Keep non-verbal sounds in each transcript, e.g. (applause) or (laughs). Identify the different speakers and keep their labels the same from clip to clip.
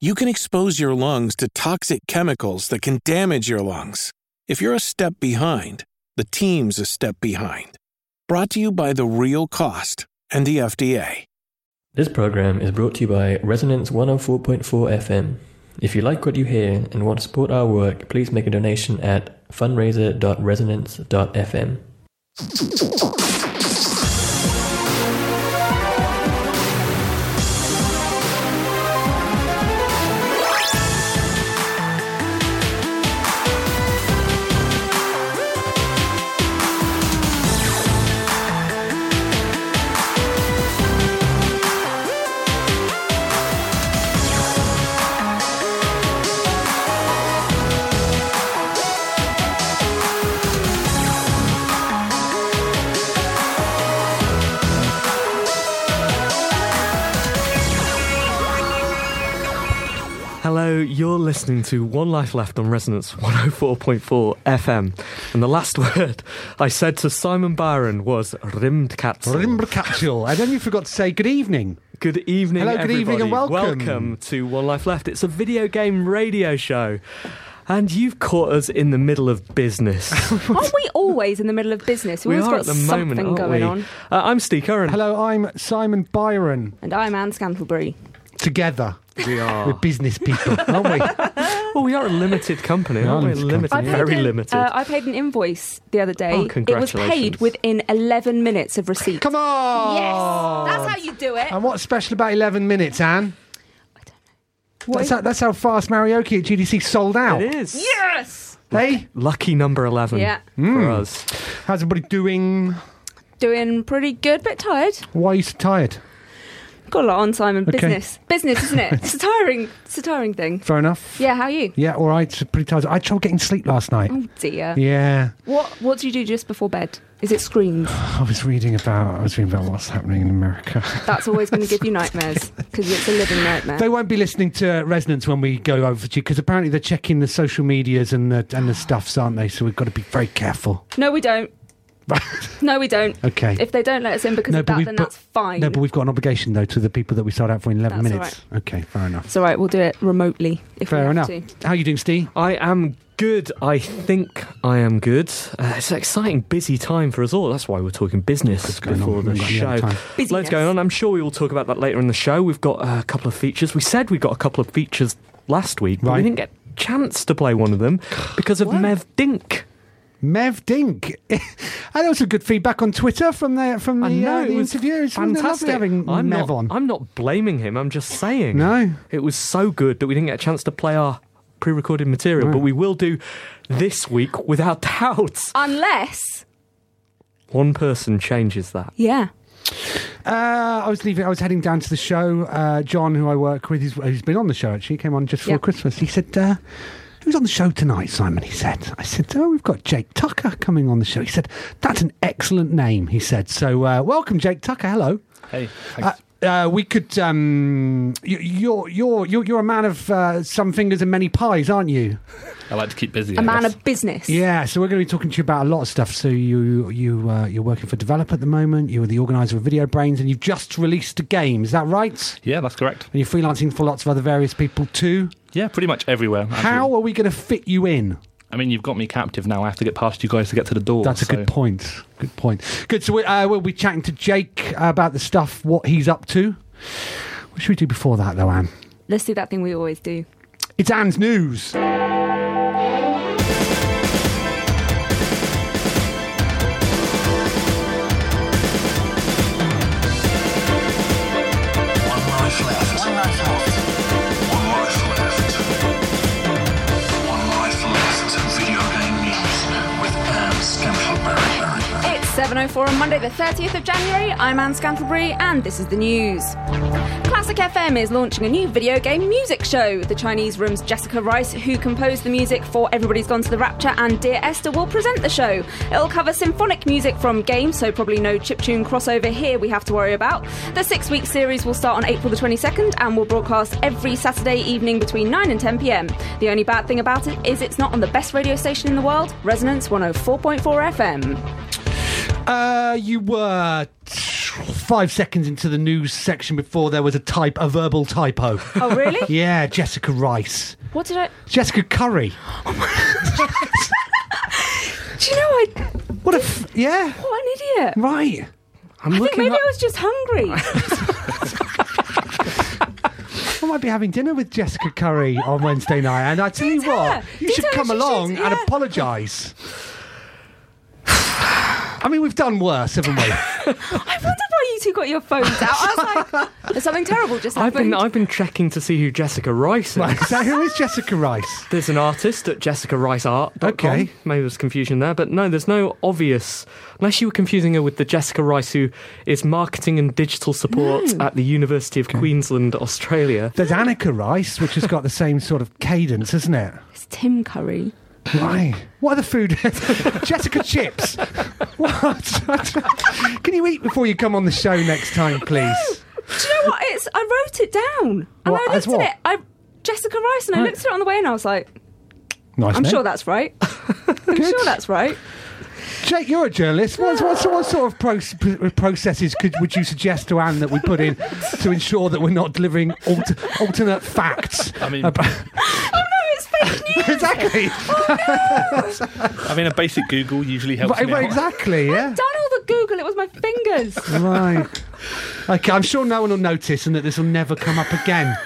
Speaker 1: you can expose your lungs to toxic chemicals that can damage your lungs. If you're a step behind, the team's a step behind. Brought to you by The Real Cost and the FDA.
Speaker 2: This program is brought to you by Resonance 104.4 FM. If you like what you hear and want to support our work, please make a donation at fundraiser.resonance.fm.
Speaker 3: Hello, you're listening to One Life Left on Resonance 104.4 FM. And the last (laughs) word I said to Simon Byron was Rimdkatzel.
Speaker 4: Rimber capsule. And then you forgot to say good evening.
Speaker 3: Good evening,
Speaker 4: Hello, good evening and
Speaker 3: everybody.
Speaker 4: welcome.
Speaker 3: Welcome to One Life Left. It's a video game radio show. And you've caught us in the middle of
Speaker 4: (laughs)
Speaker 3: business.
Speaker 5: Aren't we always in the middle of business? We've
Speaker 3: we
Speaker 5: always
Speaker 3: are
Speaker 5: got
Speaker 3: at the
Speaker 5: something
Speaker 3: moment, aren't
Speaker 5: going
Speaker 3: we?
Speaker 5: on.
Speaker 3: Uh, I'm Steve Curran.
Speaker 4: Hello, I'm Simon Byron.
Speaker 5: And I'm Anne Scantlebury.
Speaker 4: Together,
Speaker 3: (laughs) We
Speaker 4: we're
Speaker 3: are.
Speaker 4: business people, aren't we?
Speaker 3: Well, we are a limited company,
Speaker 4: We are
Speaker 3: aren't we?
Speaker 4: a limited
Speaker 3: Limited,
Speaker 4: company.
Speaker 3: very
Speaker 5: an,
Speaker 3: limited.
Speaker 5: Uh, I paid an invoice the other day.
Speaker 3: Oh,
Speaker 5: It was paid
Speaker 3: congratulations.
Speaker 5: within 11 minutes of receipt.
Speaker 4: Come on.
Speaker 5: Oh. how you do it.
Speaker 4: And what's special about 11 minutes, Anne? That's how, that's how fast Marioki at GDC sold out.
Speaker 3: it is.
Speaker 5: yes.
Speaker 4: Hey,
Speaker 3: Lucky number 11
Speaker 5: Yeah.
Speaker 3: for
Speaker 4: Hmm.
Speaker 3: us.
Speaker 4: how's everybody doing?
Speaker 5: Doing pretty good, bit tired.
Speaker 4: Why are you so tired?
Speaker 5: Got a lot on, Simon.
Speaker 4: Okay.
Speaker 5: Business. Business, isn't (laughs) it? it's a tiring, it's a tiring thing.
Speaker 4: Fair enough.
Speaker 5: Yeah, how are you?
Speaker 4: Yeah, all right. Pretty tired. I had trouble getting sleep last night.
Speaker 5: Oh dear.
Speaker 4: Yeah,
Speaker 5: What What do you do just before bed? Is it screens?
Speaker 4: I was reading about I was reading about what's happening in America.
Speaker 5: That's always going to give you nightmares because it's a living nightmare.
Speaker 4: They won't be listening to Resonance when we go over to you because apparently they're checking the social medias and the and the stuffs, aren't they? So we've got to be very careful. (laughs)
Speaker 5: No, we don't. no, we don't.
Speaker 4: Okay.
Speaker 5: If they don't let us in because of that,
Speaker 4: we've
Speaker 5: then
Speaker 4: bu-
Speaker 5: that's fine.
Speaker 4: No, but we've got an obligation though to the people that we sold out for in eleven
Speaker 5: That's all
Speaker 4: minutes. Okay, fair enough.
Speaker 5: it's all right. We'll do it remotely if we
Speaker 4: Fair
Speaker 5: have
Speaker 4: enough.
Speaker 5: to.
Speaker 4: How you doing, Steve?
Speaker 3: I am good. I think I am good. Uh, it's an exciting, busy time for us all. That's why we're talking business
Speaker 4: going on?
Speaker 3: before the
Speaker 4: We've got
Speaker 3: show.
Speaker 4: no time.
Speaker 3: Loads
Speaker 5: Busyness.
Speaker 3: going on. I'm sure we will talk about that later in the show. We've got uh, a couple of features. We said we got a couple of features last week, but
Speaker 4: Right.
Speaker 3: we didn't get a chance to play one of them because of Mev Dink.
Speaker 4: Mev Dink. (laughs) and there was some good feedback on Twitter from the from the,
Speaker 3: I know
Speaker 4: uh, the
Speaker 3: it was
Speaker 4: interview. It's wasn't it
Speaker 3: fantastic.
Speaker 4: lovely having
Speaker 3: I'm
Speaker 4: Mev
Speaker 3: not,
Speaker 4: on.
Speaker 3: I'm not blaming him. I'm just saying.
Speaker 4: No.
Speaker 3: it was so good that we didn't get a chance to play our pre-recorded material, but we will do this week without (laughs) doubt.
Speaker 5: Unless,
Speaker 3: One person changes that.
Speaker 5: yeah.
Speaker 4: Uh, I was leaving. I was heading down to the show. Uh, John, who I work with, he's, he's been on the show actually. He came on just before
Speaker 5: Yeah.
Speaker 4: Christmas. He said, uh, "Who's on the show tonight, Simon?" He said. I said, "Oh, we've got Jake Tucker coming on the show." He said, "That's an excellent name." He said, "So uh, welcome, Jake Tucker. Hello."
Speaker 2: Hey,
Speaker 4: Uh, uh, we could. Um, you, you're you're you're you're a man of uh, some fingers and many pies, aren't you?
Speaker 2: I like to keep busy.
Speaker 5: A man of business.
Speaker 4: Yeah. So we're going to be talking to you about a lot of stuff. So you you uh, you're working for Develop at the moment. You are the organizer of Video Brains, and you've just released a game. Is that right?
Speaker 2: Yeah, that's correct.
Speaker 4: and you're freelancing for lots of other various people too.
Speaker 2: Yeah, pretty much everywhere. actually.
Speaker 4: How are we going to fit you in?
Speaker 2: I mean, you've got me captive now. I have to get past you guys to get to the door.
Speaker 4: That's a
Speaker 2: so-
Speaker 4: good point. Good point. Good. So we, uh, we'll be chatting to Jake about the stuff, what he's up to. What should we do before that, though, Anne?
Speaker 5: Let's do that thing we always do.
Speaker 4: It's Anne's news.
Speaker 5: 7.04 on Monday the 30th of January, I'm Anne Scantlebury and this is the news. Classic FM is launching a new video game music show. The Chinese Room's Jessica Rice, who composed the music for Everybody's Gone to the Rapture and Dear Esther, will present the show. It'll cover symphonic music from games, so probably no chiptune crossover here we have to worry about. The six-week series will start on April the 22nd and will broadcast every Saturday evening between 9 and 10 p.m. The only bad thing about it is it's not on the best radio station in the world, Resonance 104.4 FM.
Speaker 4: Uh, you were five seconds into the news section before there was a type, a verbal typo.
Speaker 5: Oh, really?
Speaker 4: (laughs) yeah, Jessica Rice.
Speaker 5: What did I?
Speaker 4: Jessica Curry.
Speaker 5: Do you know I?
Speaker 4: What a. F- yeah.
Speaker 5: What an idiot!
Speaker 4: Right. I'm
Speaker 5: I think
Speaker 4: looking
Speaker 5: maybe
Speaker 4: up.
Speaker 5: I was just
Speaker 4: (laughs)
Speaker 5: hungry.
Speaker 4: I might be having dinner with Jessica Curry on Wednesday night, and I tell you
Speaker 5: tell
Speaker 4: what,
Speaker 5: her.
Speaker 4: you
Speaker 5: Do
Speaker 4: should
Speaker 5: tell her
Speaker 4: come
Speaker 5: she should,
Speaker 4: along and
Speaker 5: yeah.
Speaker 4: apologise. (sighs) I mean, we've done worse, haven't we?
Speaker 5: (laughs) I wondered why you two got your phones out. I was like, there's something terrible just
Speaker 3: I've
Speaker 5: happened.
Speaker 3: been I've been checking to see who Jessica Rice is.
Speaker 4: so who is Jessica Rice?
Speaker 3: (laughs) There's an artist at jessicariceart.com.
Speaker 4: Okay.
Speaker 3: Maybe there's confusion there, but no, there's no obvious. Unless you were confusing her with the Jessica Rice who is marketing and digital support at the University of Queensland, Australia.
Speaker 4: There's Annika Rice, which has got the same sort of cadence, isn't it?
Speaker 5: It's Tim Curry.
Speaker 4: Why? What are the food? (laughs) Jessica chips. What? (laughs) Can you eat before you come on the show next time, please?
Speaker 5: Do you know what? It's I wrote it down and
Speaker 4: What,
Speaker 5: I
Speaker 4: as
Speaker 5: looked
Speaker 4: what?
Speaker 5: at it. I Jessica Rice and I looked at it on the way and I was like,
Speaker 4: Nice.
Speaker 5: I'm
Speaker 4: name.
Speaker 5: sure that's right. I'm
Speaker 4: Good.
Speaker 5: sure
Speaker 4: (laughs)
Speaker 5: that's right.
Speaker 4: Jake, you're a journalist. What, what, so- what sort of pro- pr- processes could would you suggest to Anne that we put in to ensure that we're not delivering alter, alternate facts?
Speaker 6: (laughs) I mean,
Speaker 4: about-
Speaker 5: Oh no, it's fake news.
Speaker 4: exactly.
Speaker 6: I mean, a basic Google usually helps.
Speaker 4: Right,
Speaker 6: me out.
Speaker 4: right, exactly. Yeah.
Speaker 5: Done all the Google. It was
Speaker 4: (laughs)
Speaker 5: my fingers.
Speaker 4: Right. Okay. I'm sure no one will notice, and that this will never come up again.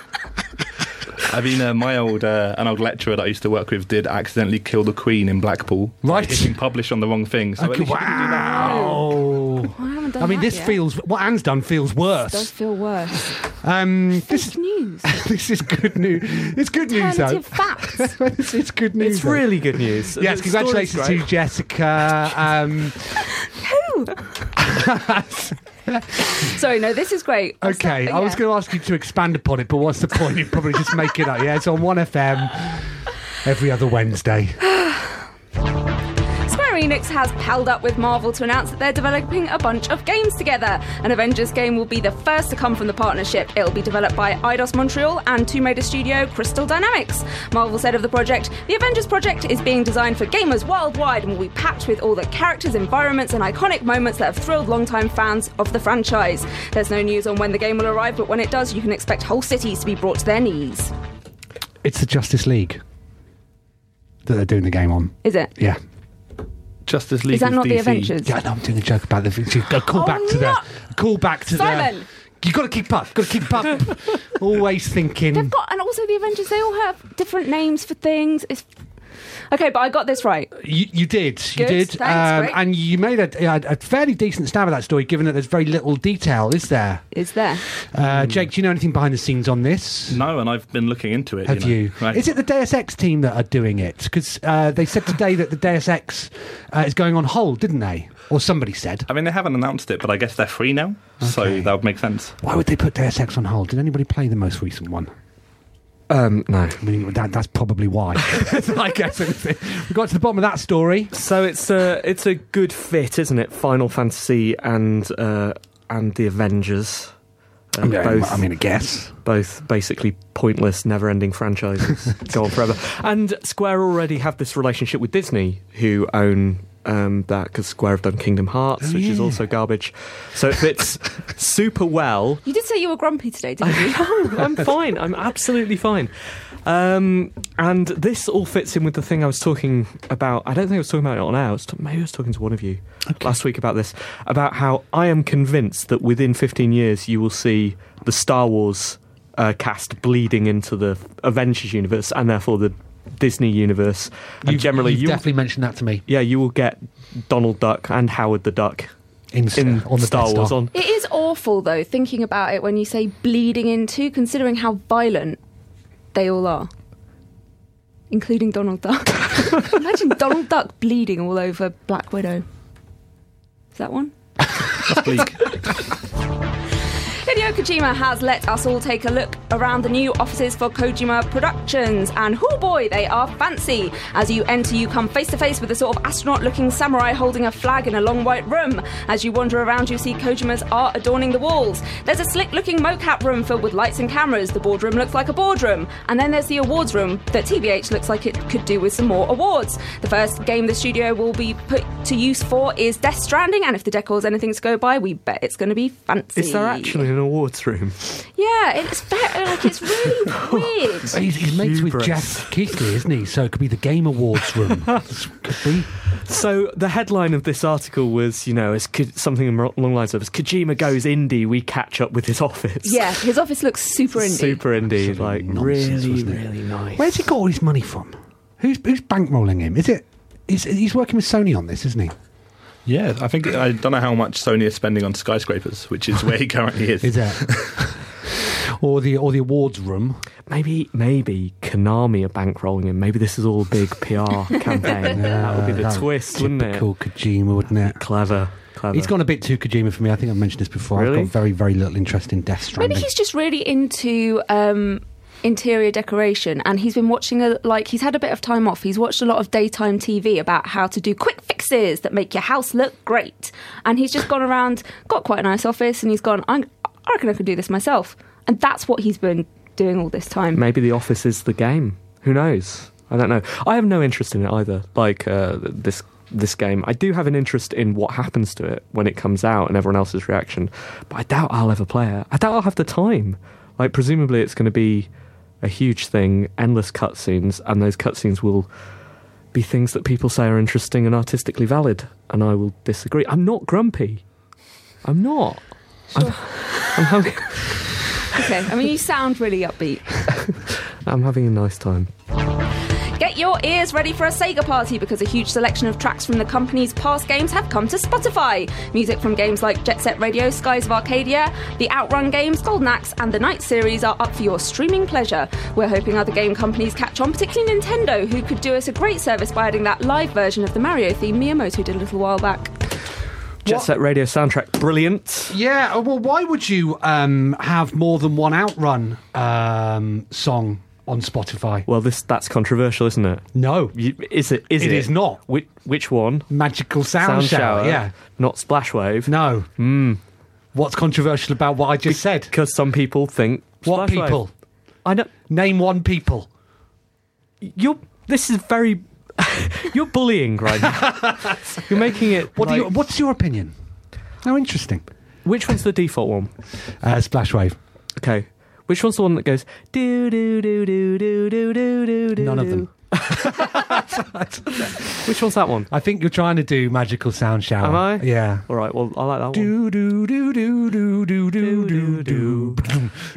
Speaker 6: I mean, uh, my old uh, an old lecturer that I used to work with did accidentally kill the Queen in Blackpool.
Speaker 4: Right.
Speaker 6: hitting publish on the wrong thing. So at
Speaker 4: Okay,
Speaker 6: least you didn't do that.
Speaker 4: wow.
Speaker 5: I haven't done
Speaker 4: I mean,
Speaker 5: that
Speaker 4: this
Speaker 5: yet.
Speaker 4: feels what Anne's done feels
Speaker 5: It does
Speaker 4: worse.
Speaker 5: feel worse.
Speaker 4: Um, this
Speaker 5: Fake news.
Speaker 4: this is good news. It's good (laughs) news though. (laughs)
Speaker 5: Alternative facts.
Speaker 4: it's, it's good news.
Speaker 3: It's
Speaker 4: though.
Speaker 3: really good news.
Speaker 4: Yes,
Speaker 3: The story's
Speaker 4: congratulations
Speaker 3: great.
Speaker 4: to Jessica. Um,
Speaker 5: (laughs) Sorry, no, this is great. I'm
Speaker 4: okay,
Speaker 5: so-
Speaker 4: I was
Speaker 5: yeah.
Speaker 4: going to ask you to expand upon it, but what's the point? You probably just make it up. Yeah, it's on 1FM every other Wednesday.
Speaker 5: Square Enix has palled up with Marvel to announce that they're developing a bunch of games together. An Avengers game will be the first to come from the partnership. It'll be developed by Eidos Montreal and Tomb Raider studio Crystal Dynamics. Marvel said of the project, The Avengers project is being designed for gamers worldwide and will be packed with all the characters, environments, and iconic moments that have thrilled longtime fans of the franchise. There's no news on when the game will arrive, but when it does, you can expect whole cities to be brought to their knees.
Speaker 4: It's the Justice League that they're doing the game on.
Speaker 5: Is it?
Speaker 4: Yeah.
Speaker 6: Justice League
Speaker 5: Is that not the
Speaker 6: DC.
Speaker 5: Avengers?
Speaker 4: Yeah, no, I'm doing a joke about the a call
Speaker 5: Oh,
Speaker 4: back to the
Speaker 5: no.
Speaker 4: call back to
Speaker 5: Simon!
Speaker 4: the. You got to keep up. Got to keep up.
Speaker 5: (laughs)
Speaker 4: Always thinking.
Speaker 5: They've got, and also the Avengers, they all have different names for things. It's okay, but I got this right.
Speaker 4: You, you did. You
Speaker 5: Good,
Speaker 4: did. Um,
Speaker 5: thanks, great.
Speaker 4: and you made a, a, a fairly decent stab at that story, given that there's very little detail, is there?
Speaker 5: Is there?
Speaker 4: Uh,
Speaker 6: Hmm.
Speaker 4: Jake, do you know anything behind the scenes on this?
Speaker 6: No, and I've been looking into it.
Speaker 4: Have
Speaker 6: know.
Speaker 4: you?
Speaker 6: Right.
Speaker 4: Is it the Deus Ex team that are doing it? Because uh, they said today that the Deus Ex uh, is going on hold, didn't they? Or somebody said.
Speaker 6: I mean, they haven't announced it, but I guess they're free now, so that would make sense.
Speaker 4: Why would they put Deus Ex on hold? Did anybody play the most recent one?
Speaker 3: Um,
Speaker 4: (laughs)
Speaker 3: no.
Speaker 4: I mean, that, that's
Speaker 3: (laughs)
Speaker 4: probably why. I guess it was- we got to the bottom of that story.
Speaker 3: So it's a it's a good fit, isn't it? Final Fantasy and uh, and the Avengers. Uh, both,
Speaker 4: I mean, I guess.
Speaker 3: both basically pointless, never-ending franchises go on forever. And Square already have this relationship with Disney, who own um, that because Square have done Kingdom Hearts, which is also garbage. So it fits super well.
Speaker 5: You did say you were grumpy today, didn't you?
Speaker 3: Oh,
Speaker 4: (laughs)
Speaker 3: I'm fine. I'm absolutely fine. Um, and this all fits in with the thing I was talking about. I don't think I was talking about it on air. I was t- maybe I was talking to one of you last week about this, about how I am convinced that within 15 years you will see the Star Wars uh, cast bleeding into the Avengers universe and therefore the Disney universe. And
Speaker 4: You've-
Speaker 3: generally,
Speaker 4: you've
Speaker 3: you
Speaker 4: definitely mentioned that to me
Speaker 3: yeah, you will get Donald Duck and Howard the Duck
Speaker 4: in,
Speaker 3: in
Speaker 4: on the
Speaker 3: Star
Speaker 4: Death
Speaker 3: Wars
Speaker 4: Star.
Speaker 3: on
Speaker 5: it is awful though, thinking about it when you say bleeding into, considering how violent they all are. Including Donald Duck. Imagine Donald Duck bleeding all over Black Widow. Is that one?
Speaker 6: That's
Speaker 2: (laughs)
Speaker 6: bleak.
Speaker 5: Hideo Kojima has let us all take a look around the new offices for Kojima Productions, and oh boy, they are fancy. As you enter, you come face to face with a sort of astronaut looking samurai holding a flag in a long white room. As you wander around, you see Kojima's art adorning the walls. There's a slick looking mocap room filled with lights and cameras. The boardroom looks like a boardroom. And then there's the awards room that TBH looks like it could do with some more awards. The first game the studio will be put to use for is Death Stranding, and if the decor is anything to go by, we bet it's going to be fancy.
Speaker 3: Is there actually an awards room?
Speaker 5: Yeah, it's very, like it's really weird.
Speaker 4: He's, he's mates with
Speaker 3: Hubris.
Speaker 4: Jeff Keighley, isn't he? So it could be the Game
Speaker 3: (laughs)
Speaker 4: Awards room. This could be.
Speaker 3: So the headline of this article was, you know, it's Ko- something along the lines of, as Kojima goes indie, we catch up with his office.
Speaker 5: Yeah, his office looks super indie.
Speaker 3: Super indie,
Speaker 4: Absolute
Speaker 3: like
Speaker 4: nonsense,
Speaker 3: really,
Speaker 4: wasn't it?
Speaker 3: really nice.
Speaker 4: Where's he got all his money from? Who's who's bankrolling him? Is it? He's, he's working with Sony on this, isn't he?
Speaker 6: yeah, I think I don't know how much Sony is spending on skyscrapers, which is where he currently
Speaker 2: (laughs)
Speaker 6: is.
Speaker 4: Is it? (laughs) or the or the awards room?
Speaker 3: Maybe, maybe Konami are bankrolling him. Maybe this is all a big
Speaker 5: (laughs)
Speaker 3: PR campaign. that would be the
Speaker 4: No,
Speaker 3: twist, wouldn't it?
Speaker 4: Uh, Typical Kojima, wouldn't it?
Speaker 3: Clever, clever.
Speaker 4: He's gone a bit too Kojima for me. I think I've mentioned this before.
Speaker 3: Really?
Speaker 4: I've got very very little interest in Death
Speaker 5: Maybe
Speaker 4: Stranding.
Speaker 5: he's just really into um, interior decoration, and he's been watching a like he's had a bit of time off. He's watched a lot of daytime TV about how to do quick fixes that make your house look great, and he's just gone around, got quite a nice office, and he's gone. i I reckon I could do this myself, and that's what he's been doing all this time.
Speaker 3: Maybe The Office is the game. Who knows? I don't know. I have no interest in it either. Like uh, this this game, I do have an interest in what happens to it when it comes out and everyone else's reaction. But I doubt I'll ever play it. I doubt I'll have the time. Like presumably, it's going to be a huge thing, endless cutscenes, and those cutscenes will be things that people say are interesting and artistically valid. And I will disagree. I'm not grumpy. I'm not. I'm, I'm having.
Speaker 5: Okay, I mean you sound really upbeat.
Speaker 3: I'm having a nice time.
Speaker 5: Get your ears ready for a Sega party because a huge selection of tracks from the company's past games have come to Spotify. Music from games like Jet Set Radio, Skies of Arcadia, the Outrun games, Golden Axe, and the Night series are up for your streaming pleasure. We're hoping other game companies catch on, particularly Nintendo, who could do us a great service by adding that live version of the Mario theme Miyamoto did a little while back.
Speaker 3: Jet Set Radio soundtrack, brilliant.
Speaker 4: Yeah, uh, well, why would you um, have more than one Outrun um, song on Spotify?
Speaker 3: Well, this that's controversial, isn't it?
Speaker 4: No,
Speaker 3: You, is it? Is it?
Speaker 4: It is not.
Speaker 3: Which, which one?
Speaker 4: magical sound, shower. Yeah,
Speaker 3: Not splash wave.
Speaker 4: no.
Speaker 3: Hmm.
Speaker 4: What's controversial about what I just said?
Speaker 3: Because some people think
Speaker 4: What
Speaker 3: Splash Wave.
Speaker 4: people?
Speaker 3: I know.
Speaker 4: Name one people.
Speaker 3: You're. This is very. (laughs) you're bullying
Speaker 4: (laughs)
Speaker 3: right now. you're making it.
Speaker 4: What do you?
Speaker 3: like-
Speaker 4: What's your opinion? How interesting.
Speaker 3: Which one's the default one?
Speaker 4: Uh, splash wave.
Speaker 3: Okay. Which one's the one that goes do do do do do do do do?
Speaker 4: None of
Speaker 3: do?
Speaker 4: them.
Speaker 3: Which one's that one?
Speaker 4: I think you're trying to do magical sound shower.
Speaker 3: Am I?
Speaker 4: Yeah.
Speaker 3: All right. Well, I like that one.
Speaker 4: Do do do do do do do do do do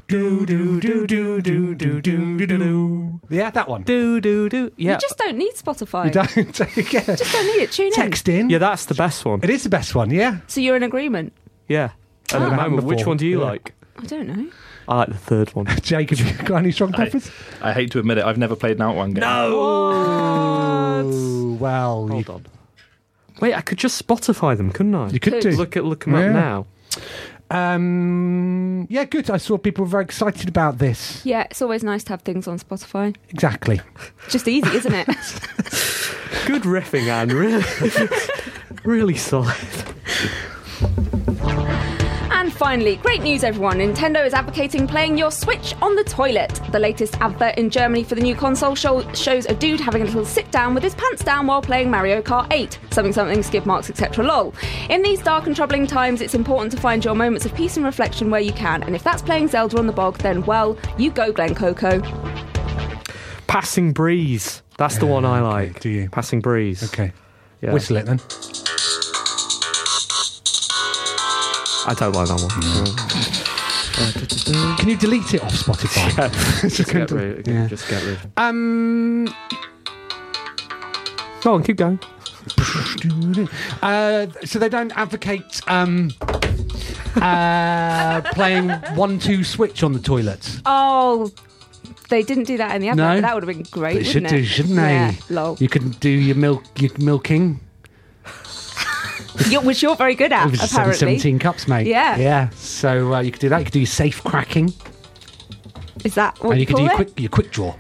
Speaker 4: do do do do do do do. Yeah, that one.
Speaker 3: Do do do. Yeah.
Speaker 5: You just don't need Spotify.
Speaker 4: You (laughs) don't take it.
Speaker 5: just don't need it. Tune
Speaker 4: Text in.
Speaker 3: yeah. That's the best one.
Speaker 4: It is the best one. Yeah.
Speaker 5: in. So you're in agreement?
Speaker 3: Yeah. At the
Speaker 4: Ah.
Speaker 3: moment,
Speaker 4: Wonderful.
Speaker 3: which one do you
Speaker 4: Yeah.
Speaker 3: like?
Speaker 5: I don't know.
Speaker 3: I like the third
Speaker 4: (laughs)
Speaker 3: one.
Speaker 4: Jacob, you got any strong
Speaker 6: I,
Speaker 4: preference?
Speaker 6: I hate to admit it, I've never played an Outrun game.
Speaker 4: Oh, well, you,
Speaker 3: Hold on. Wait, I could just Spotify them, couldn't I?
Speaker 4: you could do.
Speaker 5: Could.
Speaker 3: Look at look 'em up
Speaker 4: Yeah.
Speaker 3: now.
Speaker 4: Um, yeah, good. I saw people were very excited about this.
Speaker 5: Yeah, it's always nice to have things on Spotify.
Speaker 4: Exactly.
Speaker 5: It's just easy, isn't it?
Speaker 3: Good riffing, Anne. Really, (laughs) really solid.
Speaker 5: And finally, great news everyone, Nintendo is advocating playing your Switch on the toilet. The latest advert in Germany for the new console show- shows a dude having a little sit down with his pants down while playing Mario Kart 8, something something, skid marks, etc. lol. In these dark and troubling times, it's important to find your moments of peace and reflection where you can, and if that's playing Zelda on the bog, then well, you go Glen Coco.
Speaker 3: Passing breeze. That's the one I like.
Speaker 4: do you?
Speaker 3: Passing breeze?
Speaker 4: Okay.
Speaker 3: Yeah.
Speaker 4: Whistle it then.
Speaker 3: I don't like that
Speaker 4: Mm.
Speaker 3: one.
Speaker 4: Can you delete it off (laughs) Spotify?
Speaker 3: just, get rid, just get rid.
Speaker 4: Ah,
Speaker 3: Um. Go on, keep going.
Speaker 4: Uh, so they don't advocate um, uh, playing one two switch on the toilet.
Speaker 5: Oh, they didn't do that in the advert,
Speaker 4: No.
Speaker 5: but that would have been great,
Speaker 4: They should
Speaker 5: wouldn't it?
Speaker 4: do, shouldn't they?
Speaker 5: Yeah, lol.
Speaker 4: You can do your milk, your milking.
Speaker 5: You- which you're very good at,
Speaker 4: It was a
Speaker 5: apparently.
Speaker 4: 17 cups, mate.
Speaker 5: Yeah.
Speaker 4: Yeah. So uh, you could do that. You could do your safe cracking.
Speaker 5: Is that what
Speaker 4: and you
Speaker 5: you,
Speaker 4: could do
Speaker 5: call
Speaker 4: your
Speaker 5: it?
Speaker 4: quick, your quick
Speaker 5: (laughs)
Speaker 4: draw.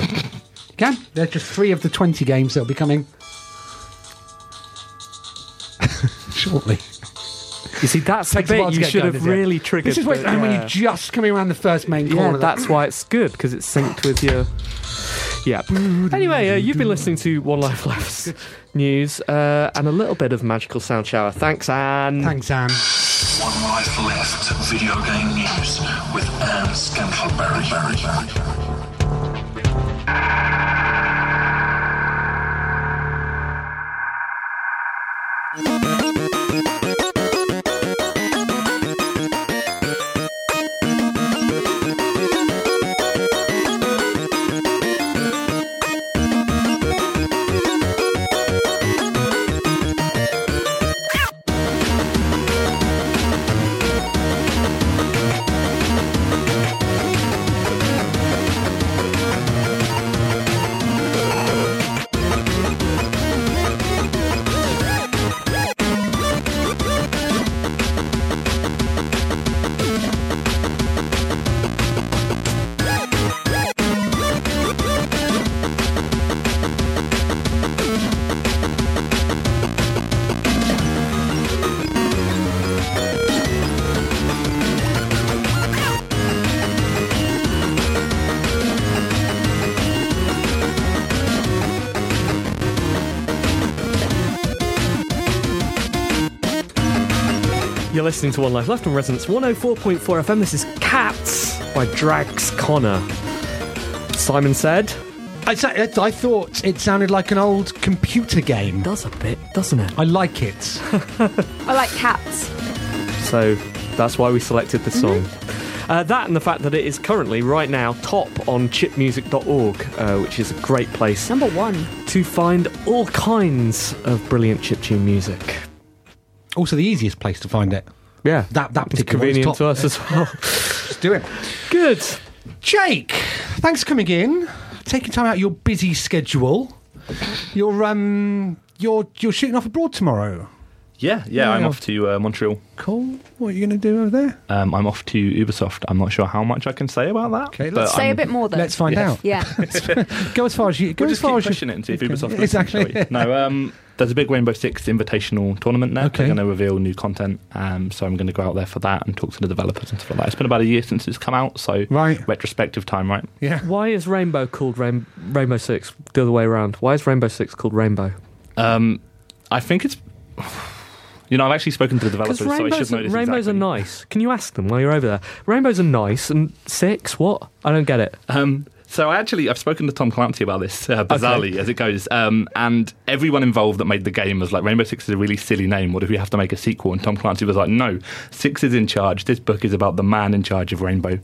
Speaker 4: you can. They're just three of the 20 games that'll be coming (laughs) shortly.
Speaker 3: You see, that's the
Speaker 4: Takes a while
Speaker 3: bit
Speaker 4: to
Speaker 3: you
Speaker 4: get
Speaker 3: should
Speaker 4: going,
Speaker 3: have
Speaker 4: doesn't it?
Speaker 3: really triggered.
Speaker 4: This is when,
Speaker 3: the-
Speaker 4: when
Speaker 3: yeah.
Speaker 4: you're just coming around the first main
Speaker 3: Yeah,
Speaker 4: corner.
Speaker 3: that's why it's good because it's synced with your. Yeah. Anyway, uh, you've been listening to One Life Left's (laughs) news uh, and a little bit of magical sound shower. Thanks, Anne.
Speaker 4: Thanks, Anne.
Speaker 7: One Life Left video game news with Anne Scantleberry.
Speaker 3: You're listening to One oh Life Left on Resonance 104.4 FM. This is Cats by Drax Connor. Simon said.
Speaker 4: I, sa- I I thought it sounded like an old computer game.
Speaker 3: Does a bit, doesn't it?
Speaker 4: I like it.
Speaker 5: I like cats.
Speaker 3: So that's why we selected this song. Uh, that and the fact that it is currently, right now, top on chipmusic.org, uh, which is a great place
Speaker 5: Number one.
Speaker 3: to find all kinds of brilliant chiptune music.
Speaker 4: also, the easiest place to find it.
Speaker 3: Yeah,
Speaker 4: That- that
Speaker 3: it's
Speaker 4: particular one is
Speaker 3: convenient
Speaker 4: top.
Speaker 3: to us as well.
Speaker 4: Just do it.
Speaker 3: (laughs) Good.
Speaker 4: Jake, thanks for coming in, taking time out of your busy schedule. You're um, you're you're shooting off abroad tomorrow.
Speaker 6: Yeah, yeah, I'm
Speaker 4: Yeah.
Speaker 6: off to uh, Montreal.
Speaker 4: Cool. What are you going to do over there?
Speaker 6: Um, I'm off to Ubisoft. I'm not sure how much I can say about that.
Speaker 4: Okay,
Speaker 6: but
Speaker 4: let's
Speaker 5: Say
Speaker 6: I'm-
Speaker 5: a bit more, though.
Speaker 4: Um, Let's find out. (laughs)
Speaker 5: Yeah.
Speaker 4: Go as far as you. Go
Speaker 6: We'll
Speaker 4: as
Speaker 6: just
Speaker 4: far
Speaker 6: keep
Speaker 4: as you.
Speaker 6: pushing it and see if
Speaker 4: Okay.
Speaker 6: Ubisoft
Speaker 4: Exactly.
Speaker 6: listens, shall we? No, um, there's a big Rainbow Six Invitational tournament now.
Speaker 4: Okay.
Speaker 6: They're going to reveal new content, um, so I'm going to go out there for that and talk to the developers and stuff like that. It's been about a year since it's come out, so
Speaker 4: Right.
Speaker 6: retrospective time, right?
Speaker 4: Yeah.
Speaker 3: Why is Rainbow called Rain- Rainbow Six the other way around? Why is Rainbow Six called Rainbow?
Speaker 6: Um, I think it's. (sighs) You know, I've actually spoken to the developers,
Speaker 3: Because
Speaker 6: so I should
Speaker 3: rainbows,
Speaker 6: know this
Speaker 3: rainbows
Speaker 6: exactly.
Speaker 3: are nice. Can you ask them while you're over there? Rainbows are nice and six. What? I don't get it. Uh,
Speaker 6: Um, so I actually, I've spoken to Tom Clancy about this uh, bizarrely as it goes, um, and everyone involved that made the game was like, "Rainbow Six is a really silly name. What if we have to make a sequel?" And Tom Clancy was like, "No, Six is in charge. This book is about the man in charge of Rainbow,"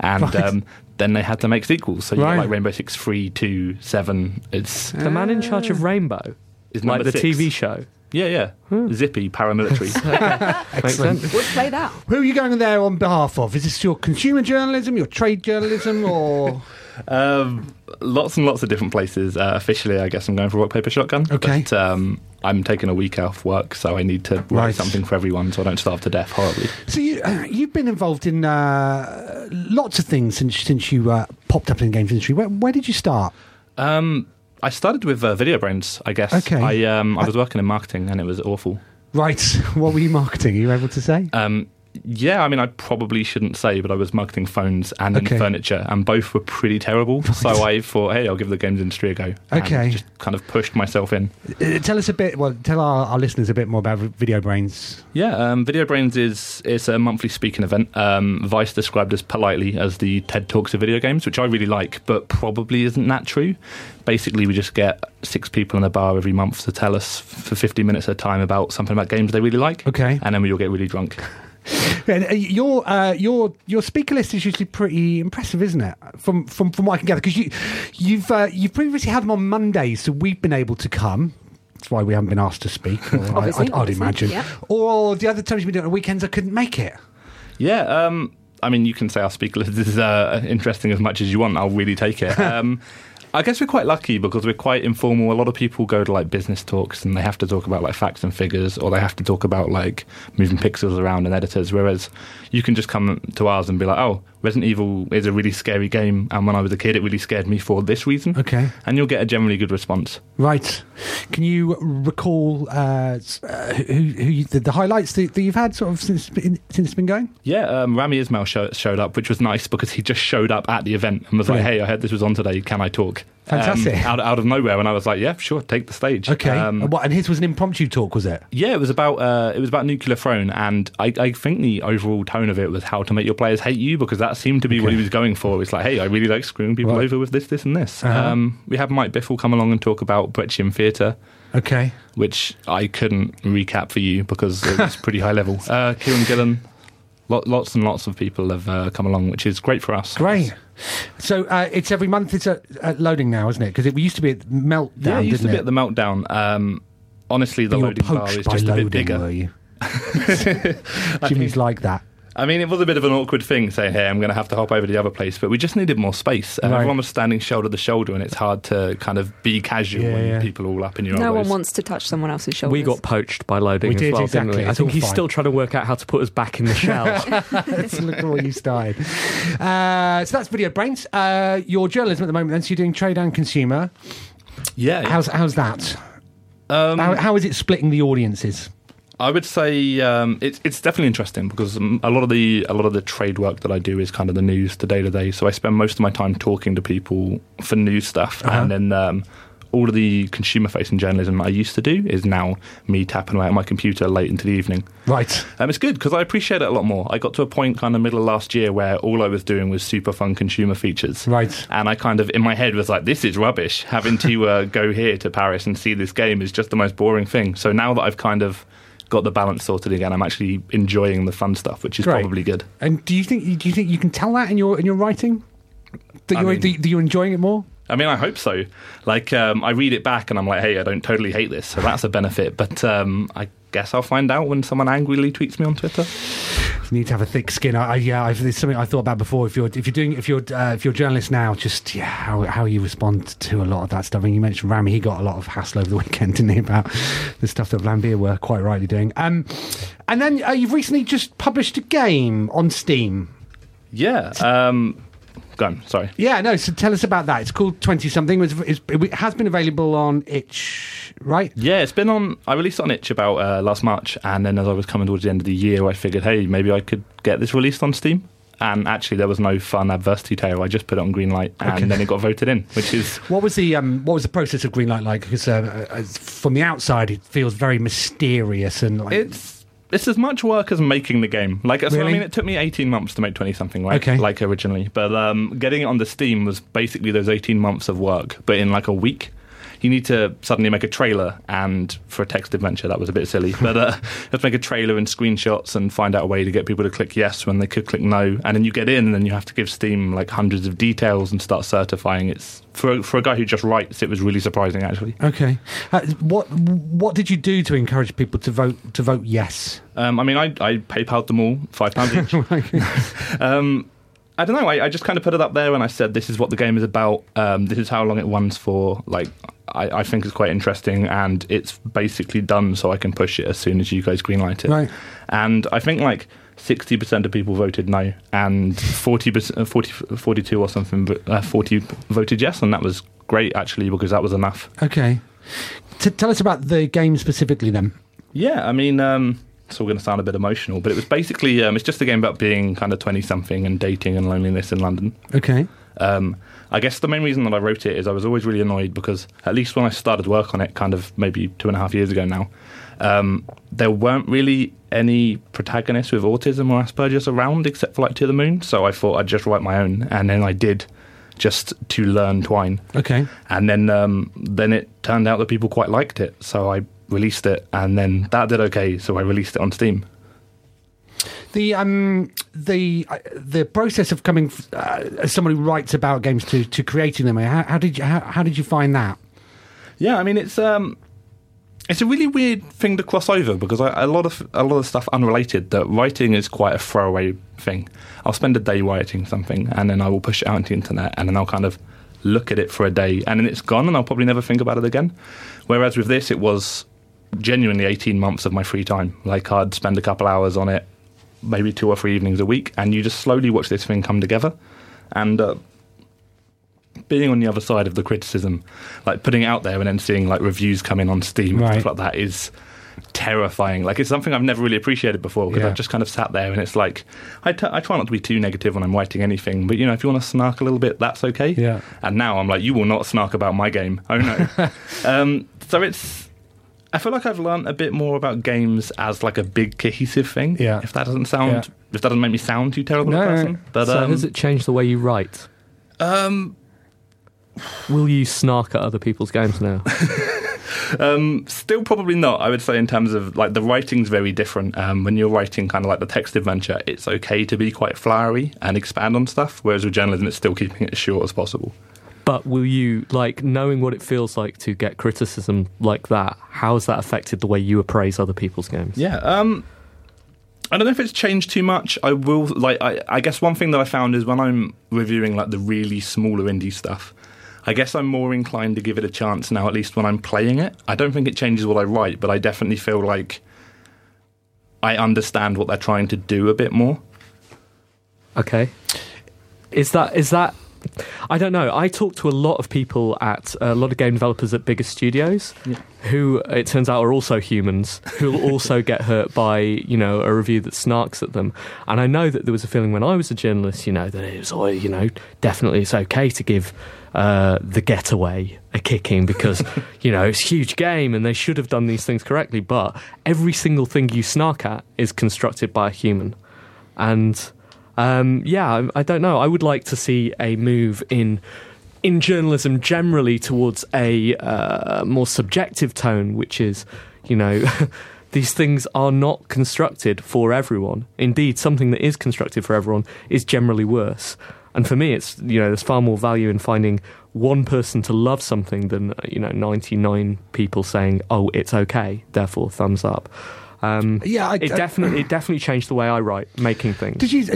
Speaker 6: and um, then they had to make sequels. So you got
Speaker 4: Right.
Speaker 6: like Rainbow Six three, two, seven. It's,
Speaker 3: The man in charge of Rainbow,
Speaker 6: it's
Speaker 3: like
Speaker 6: number
Speaker 3: the
Speaker 6: six.
Speaker 3: TV show.
Speaker 6: Yeah, yeah. Zippy paramilitary.
Speaker 4: Excellent.
Speaker 3: Makes sense.
Speaker 5: We'll play that.
Speaker 4: Who are you going there on behalf of? Is this your consumer journalism, your trade journalism, or
Speaker 6: um, lots and lots of different places. Uh, officially, I guess I'm going for rock paper shotgun.
Speaker 4: Okay.
Speaker 6: But, uh, um, I'm taking a week off work, so I need to write
Speaker 4: Right.
Speaker 6: something for everyone, so I don't starve to death horribly.
Speaker 4: so? You, uh, you've been involved in uh, lots of things since since you uh, popped up in the games industry. Where, where did you start?
Speaker 6: Um, I started with uh, video brains, I guess.
Speaker 4: Okay.
Speaker 6: I um, I was working in marketing, and it was awful.
Speaker 4: Right. (laughs) What were you marketing? Are you able to say?
Speaker 6: Um, yeah, I mean, I probably shouldn't say, but I was marketing phones and
Speaker 4: Okay.
Speaker 6: furniture, and both were pretty
Speaker 4: (laughs)
Speaker 6: terrible. So I thought, hey, I'll give the games industry a go. and
Speaker 4: Okay.
Speaker 6: Um, just kind of pushed myself in.
Speaker 4: Uh, tell us a bit. Well, tell our, our listeners a bit more about Video Brains.
Speaker 6: Yeah, um, Video Brains is it's a monthly speaking event. Um, Vice described us politely as the TED Talks of video games, which I really like, but probably isn't that true. Basically, we just get six people in a bar every month to tell us for 50 minutes at a time about something about games they really like.
Speaker 4: Okay.
Speaker 6: And then we all get really drunk.
Speaker 4: And, uh, your uh, your your speaker list is usually pretty impressive, isn't it? From from from what I can gather, because you you've uh, you've previously had them on Mondays, so we've been able to come. That's why we haven't been asked to speak. Or I,
Speaker 5: (laughs) Obviously,
Speaker 4: I'd, I'd
Speaker 5: obviously,
Speaker 4: imagine.
Speaker 5: yeah.
Speaker 4: Or the other times we've been doing it on weekends, I couldn't make it.
Speaker 6: Yeah, (laughs) um, I mean, you can say our speaker list is uh, interesting as much as you want. I'll really take it. Um, I guess we're quite lucky because we're quite informal. A lot of people go to like business talks and they have to talk about like facts and figures, or they have to talk about like moving pixels around and editors. Whereas you can just come to ours and be like, "Oh, Resident Evil is a really scary game, and when I was a kid, it really scared me for this reason."
Speaker 4: Okay.
Speaker 6: and you'll get a generally good response.
Speaker 4: Right. Can you recall uh, s- uh, who, who you, the, the highlights that, that you've had sort of since in, since it's been going?
Speaker 6: Yeah, um, Rami Ismail show, showed up, which was nice because he just showed up at the event and was like, "Hey,
Speaker 4: Brilliant.
Speaker 6: I heard this was on today. Can I talk?" Um,
Speaker 4: Fantastic.
Speaker 6: out, out of nowhere, and I was like, "Yeah, sure, take the stage."
Speaker 4: Okay.
Speaker 6: Um,
Speaker 4: and, what, and his was an impromptu talk, was it?
Speaker 6: yeah, it was about uh, it was about nuclear throne, and I, I think the overall tone of it was how to make your players hate you because that seemed to be what he was going for. It's like, hey, I really like screwing people
Speaker 4: Right. Uh-huh.
Speaker 6: over with this, this, and this. Um, we have Mike Biffle come along and talk about Breccian theatre.
Speaker 4: Okay.
Speaker 6: Which I couldn't recap for you because it
Speaker 4: (laughs)
Speaker 6: was pretty high level. Uh, Kieran Gillen, lo- lots and lots of people have uh, come along, which is great for us.
Speaker 4: Great. So uh, it's every month. It's at, at loading now, isn't it? Because it used to be at meltdown,
Speaker 6: yeah, it used
Speaker 4: didn't
Speaker 6: to be
Speaker 4: it?
Speaker 6: at the meltdown. Um, honestly, the
Speaker 4: you were
Speaker 6: loading bar
Speaker 4: poached
Speaker 6: is
Speaker 4: by
Speaker 6: just a
Speaker 4: loading,
Speaker 6: bit bigger. (laughs)
Speaker 4: were you? Jimmy's like that.
Speaker 6: I mean, it was a bit of an awkward thing saying, hey, I'm going to have to hop over to the other place, but we just needed more space. And
Speaker 4: Right.
Speaker 6: everyone was standing shoulder to shoulder, and it's hard to kind of be casual
Speaker 4: Yeah,
Speaker 6: when
Speaker 4: yeah.
Speaker 6: people are all up in your
Speaker 5: No
Speaker 6: elbows.
Speaker 5: one wants to touch someone else's shoulders.
Speaker 3: We got poached by loading
Speaker 4: We
Speaker 3: as
Speaker 4: did,
Speaker 3: well, didn't
Speaker 4: exactly.
Speaker 3: Oh, we? I
Speaker 4: It's
Speaker 3: think
Speaker 4: all
Speaker 3: he's
Speaker 4: fine.
Speaker 3: still trying to work out how to put us back in (laughs) the shell.
Speaker 4: Let's look at what you started. Uh, so that's Video Brains. Uh, your journalism at the moment, then, so you're doing trade and consumer.
Speaker 6: yeah.
Speaker 4: How's, how's that?
Speaker 6: um,
Speaker 4: How, how is it splitting the audiences?
Speaker 6: I would say um, it's it's definitely interesting because um, a lot of the a lot of the trade work that I do is kind of the news, the day to day. So I spend most of my time talking to people for news stuff,
Speaker 4: Uh-huh.
Speaker 6: and then um, all of the consumer facing journalism I used to do is now me tapping away at my computer late into the evening.
Speaker 4: Right.
Speaker 6: Um, it's good because I appreciate it a lot more. I got to a point kind of middle of last year where all I was doing was super fun consumer features.
Speaker 4: Right.
Speaker 6: And I kind of, in my head, was like, this is rubbish. Having to uh, go here to Paris and see this game is just the most boring thing. So now that I've kind of got the balance sorted again, I'm actually enjoying the fun stuff, which is
Speaker 4: Great.
Speaker 6: probably good.
Speaker 4: And do you think do you think you can tell that in your in your writing that
Speaker 6: I
Speaker 4: you're
Speaker 6: mean-
Speaker 4: that, that you're enjoying it more?
Speaker 6: I mean, I hope so. Like, um, I read it back and I'm like, hey, I don't totally hate this. So that's a benefit. But um, I guess I'll find out when someone angrily tweets me on Twitter.
Speaker 4: You need to have a thick skin. I, I yeah, I've, it's something I thought about before. If you're if you're doing if you're uh, if you're a journalist now, just yeah, how how you respond to a lot of that stuff. And you mentioned Rami, he got a lot of hassle over the (laughs) weekend, didn't he, about the stuff that Lambier were quite rightly doing. Um, and then uh, you've recently just published a game on Steam.
Speaker 6: Yeah. Um, gone. Sorry.
Speaker 4: Yeah, no. So tell us about that. It's called Twenty Something. It's, it's, it has been available on itch, right?
Speaker 6: Yeah, it's been on. I released it on Itch about uh, last March, and then as I was coming towards the end of the year, I figured, hey, maybe I could get this released on Steam. And actually, there was no fun adversity tale. I just put it on Greenlight, and then it got voted in, which is
Speaker 4: What was the um, what was the process of Greenlight like? Because uh, uh, from the outside, it feels very mysterious and like
Speaker 6: it's. It's as much work as making the game. Like, so, I
Speaker 4: Really?
Speaker 6: mean, it took me 18 months to make 20 something, right?
Speaker 4: Okay.
Speaker 6: Like originally. But um, getting it on the Steam was basically those 18 months of work, but in like a week. You need to suddenly make a trailer, and for a text adventure, that was a bit
Speaker 4: (laughs)
Speaker 6: silly. But uh, you have to make a trailer and screenshots and find out a way to get people to click yes when they could click no. And then you get in, and then you have to give Steam like hundreds of details and start certifying. It's for, for a guy who just writes, it was really surprising actually.
Speaker 4: okay. Uh, what what did you do to encourage people to vote to vote yes?
Speaker 6: Um, I mean, I, I PayPal'd them all five pounds each. (laughs) um, I don't know. I, I just kind of put it up there and I said, "This is what the game is about. Um, this is how long it runs for." Like, I, I think it's quite interesting, and it's basically done, so I can push it as soon as you guys greenlight it.
Speaker 4: Right.
Speaker 6: And I think like sixty percent of people voted no, and 40 40, 42 or something, vo- uh, forty voted yes, and that was great actually because that was enough.
Speaker 4: Okay. T- tell us about the game specifically, then.
Speaker 6: Yeah, I mean, um, it's all going to sound a bit emotional, but it was basically um, it's just a game about being kind of twenty something and dating and loneliness in London.
Speaker 4: Okay.
Speaker 6: Um, I guess the main reason that I wrote it is I was always really annoyed because at least when I started work on it, kind of maybe two and a half years ago now, um, there weren't really any protagonists with autism or Asperger's around except for like To the Moon. So I thought I'd just write my own, and then I did just to learn Twine
Speaker 4: Okay.
Speaker 6: and then um, then it turned out that people quite liked it, so I released it, and then that did okay, so I released it on Steam.
Speaker 4: The um the uh, the process of coming f- uh, as someone who writes about games to, to creating them. How, how did you how, how did you find that?
Speaker 6: Yeah, I mean it's um, it's a really weird thing to cross over because I, a lot of a lot of stuff unrelated that writing is quite a throwaway thing. I'll spend a day writing something, and then I will push it out into the internet, and then I'll kind of look at it for a day, and then it's gone, and I'll probably never think about it again. Whereas with this, it was genuinely 18 months of my free time. Like I'd spend a couple hours on it, maybe two or three evenings a week, and you just slowly watch this thing come together. And uh, being on the other side of the criticism, like putting it out there and then seeing like reviews come in on Steam and
Speaker 4: Right.
Speaker 6: stuff like that is terrifying. Like it's something I've never really appreciated before because
Speaker 4: Yeah.
Speaker 6: I've just kind of sat there and it's like I, t- I try not to be too negative when I'm writing anything, but you know if you want to snark a little bit, that's okay.
Speaker 4: Yeah.
Speaker 6: And now I'm like, you will not snark about my game. Oh
Speaker 4: (laughs)
Speaker 6: no. um, so it's. I feel like I've learned a bit more about games as like a big cohesive thing.
Speaker 4: Yeah.
Speaker 6: If that doesn't sound,
Speaker 4: Yeah.
Speaker 6: if that doesn't make me sound too terrible a
Speaker 4: No.
Speaker 6: person, but
Speaker 3: so
Speaker 6: um,
Speaker 3: has it changed the way you write?
Speaker 6: um,
Speaker 3: Will you snark at other people's games now?
Speaker 6: Um, still, probably not. I would say in terms of like the writing's very different. Um, when you're writing kind of like the text adventure, it's okay to be quite flowery and expand on stuff. Whereas with journalism, it's still keeping it as short as possible.
Speaker 3: but will you like knowing what it feels like to get criticism like that? How has that affected the way you appraise other people's games?
Speaker 6: Yeah. Um, I don't know if it's changed too much. I will like. I, I guess one thing that I found is when I'm reviewing like the really smaller indie stuff, I guess I'm more inclined to give it a chance now. At least when I'm playing it, I don't think it changes what I write, but I definitely feel like I understand what they're trying to do a bit more.
Speaker 3: Okay. Is that is that? I don't know. I talk to a lot of people at a lot of game developers at bigger studios, who it turns out are also humans, who'll also (laughs) get hurt by you know a review that snarks at them. And I know that there was a feeling when I was a journalist, you know, that it was always, you know definitely it's okay to give uh, the getaway a kicking because (laughs) you know it's a huge game and they should have done these things correctly. But every single thing you snark at is constructed by a human and um, yeah, I- I don't know. I would like to see a move in in journalism generally towards a uh, more subjective tone, which is, you know. (laughs) These things are not constructed for everyone. Indeed, something that is constructed for everyone is generally worse. And for me, it's you know there's far more value in finding one person to love something than uh, you know 99 people saying, "Oh, it's okay," therefore thumbs up. Um,
Speaker 4: Yeah, I-
Speaker 3: it
Speaker 4: I-
Speaker 3: definitely
Speaker 4: (sighs)
Speaker 3: it definitely changed the way I write, making things.
Speaker 4: Did you? uh,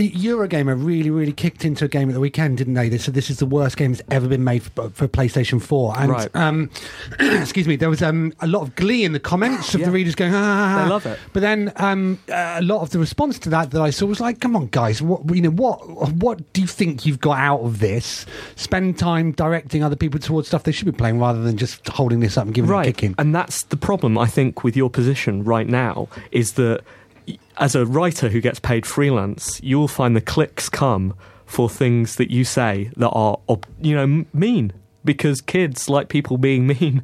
Speaker 4: Eurogamer really, really kicked into a game at the weekend, didn't they? They said this is the worst game that's ever been made for, for PlayStation Four. And
Speaker 3: Right.
Speaker 4: um, (clears throat) excuse me, there was um, a lot of glee in the comments of
Speaker 3: Yeah.
Speaker 4: the readers going, ah,
Speaker 3: They love it.
Speaker 4: But then um, uh, a lot of the response to that that I saw was like, come on, guys, what you know, what what do you think you've got out of this? Spend time directing other people towards stuff they should be playing rather than just holding this up and giving it a
Speaker 3: right, Uh-huh.
Speaker 4: kick in.
Speaker 3: and that's the problem I think with your position right now is that y- as a writer who gets paid freelance, you'll find the clicks come for things that you say that are ob- you know m- mean because kids like people being (laughs) mean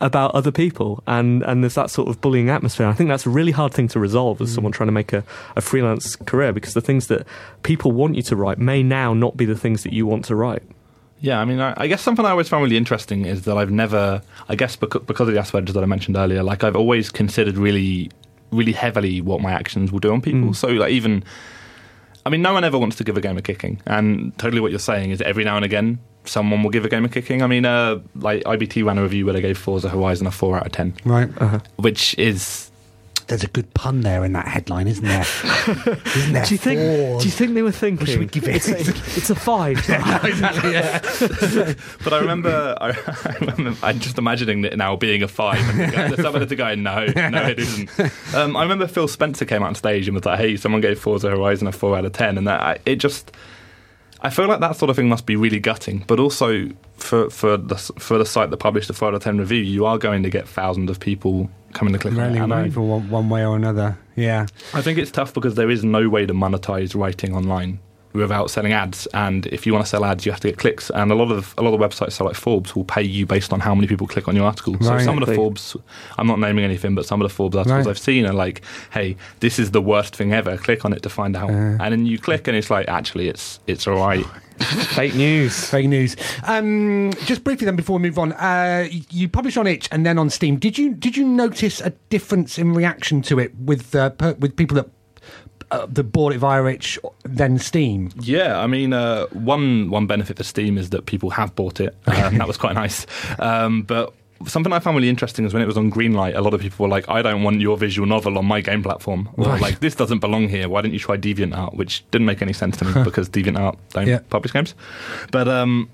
Speaker 3: about other people and and there's that sort of bullying atmosphere. I think that's a really hard thing to resolve
Speaker 4: Mm.
Speaker 3: as someone trying to make a, a freelance career because the things that people want you to write may now not be the things that you want to write.
Speaker 6: Yeah, I mean, I, I guess something I always found really interesting is that I've never, I guess becau- because of the aspects that I mentioned earlier, like I've always considered really, really heavily what my actions will do on people. So, like, even, I mean, no one ever wants to give a game a kicking. And totally what you're saying is every now and again, someone will give a game a kicking. I mean, uh, like, IBT ran a review where they gave Forza Horizon a 4 out of 10,
Speaker 4: Right.
Speaker 6: which is
Speaker 4: There's a good pun there in that headline, isn't
Speaker 3: (laughs)
Speaker 4: there? isn't there?
Speaker 3: Do you think? Do you think they were thinking?
Speaker 4: we give it?
Speaker 3: It's, a, it's a five.
Speaker 6: But I remember, I, (laughs) I remember, I'm just imagining it now being a five. And the someone had to go, no, no, it isn't. Um, I remember Phil Spencer came out on stage and was like, hey, someone gave Forza Horizon a four out of ten, and that I, it just, I feel like that sort of thing must be really gutting. But also for for the s- for the site that published the four out of ten review, you are going to get thousands of people coming to click on it.
Speaker 4: Railing
Speaker 6: And I-
Speaker 4: for one, one way or another. Yeah.
Speaker 6: I think it's tough because there is no way to monetize writing online without selling ads. And if you want to sell ads, you have to get clicks. And a lot of a lot of websites, so like Forbes, will pay you based on how many people click on your article. So
Speaker 4: Right.
Speaker 6: some of the
Speaker 3: Exactly.
Speaker 6: Forbes, I'm not naming anything, but some of the Forbes articles
Speaker 4: Right.
Speaker 6: I've seen are like, "Hey, this is the worst thing ever. Click on it to find out."
Speaker 4: Uh.
Speaker 6: and then you click, and it's like, actually, it's it's all right.
Speaker 3: Fake news.
Speaker 4: (laughs) Fake news. Um, just briefly then, before we move on, uh, you published on itch and then on Steam. Did you did you notice a difference in reaction to it with uh, per, with people that uh, that bought it via itch then Steam?
Speaker 6: Yeah, I mean, uh, one one benefit for Steam is that people have bought it. Um, that was quite nice. Um, but something I found really interesting is when it was on Greenlight, a lot of people were like, "I don't want your visual novel on my game platform," or like, "This doesn't belong here. Why don't you try DeviantArt?" Which didn't make any sense to me because DeviantArt don't
Speaker 4: Yeah.
Speaker 6: publish games. But um,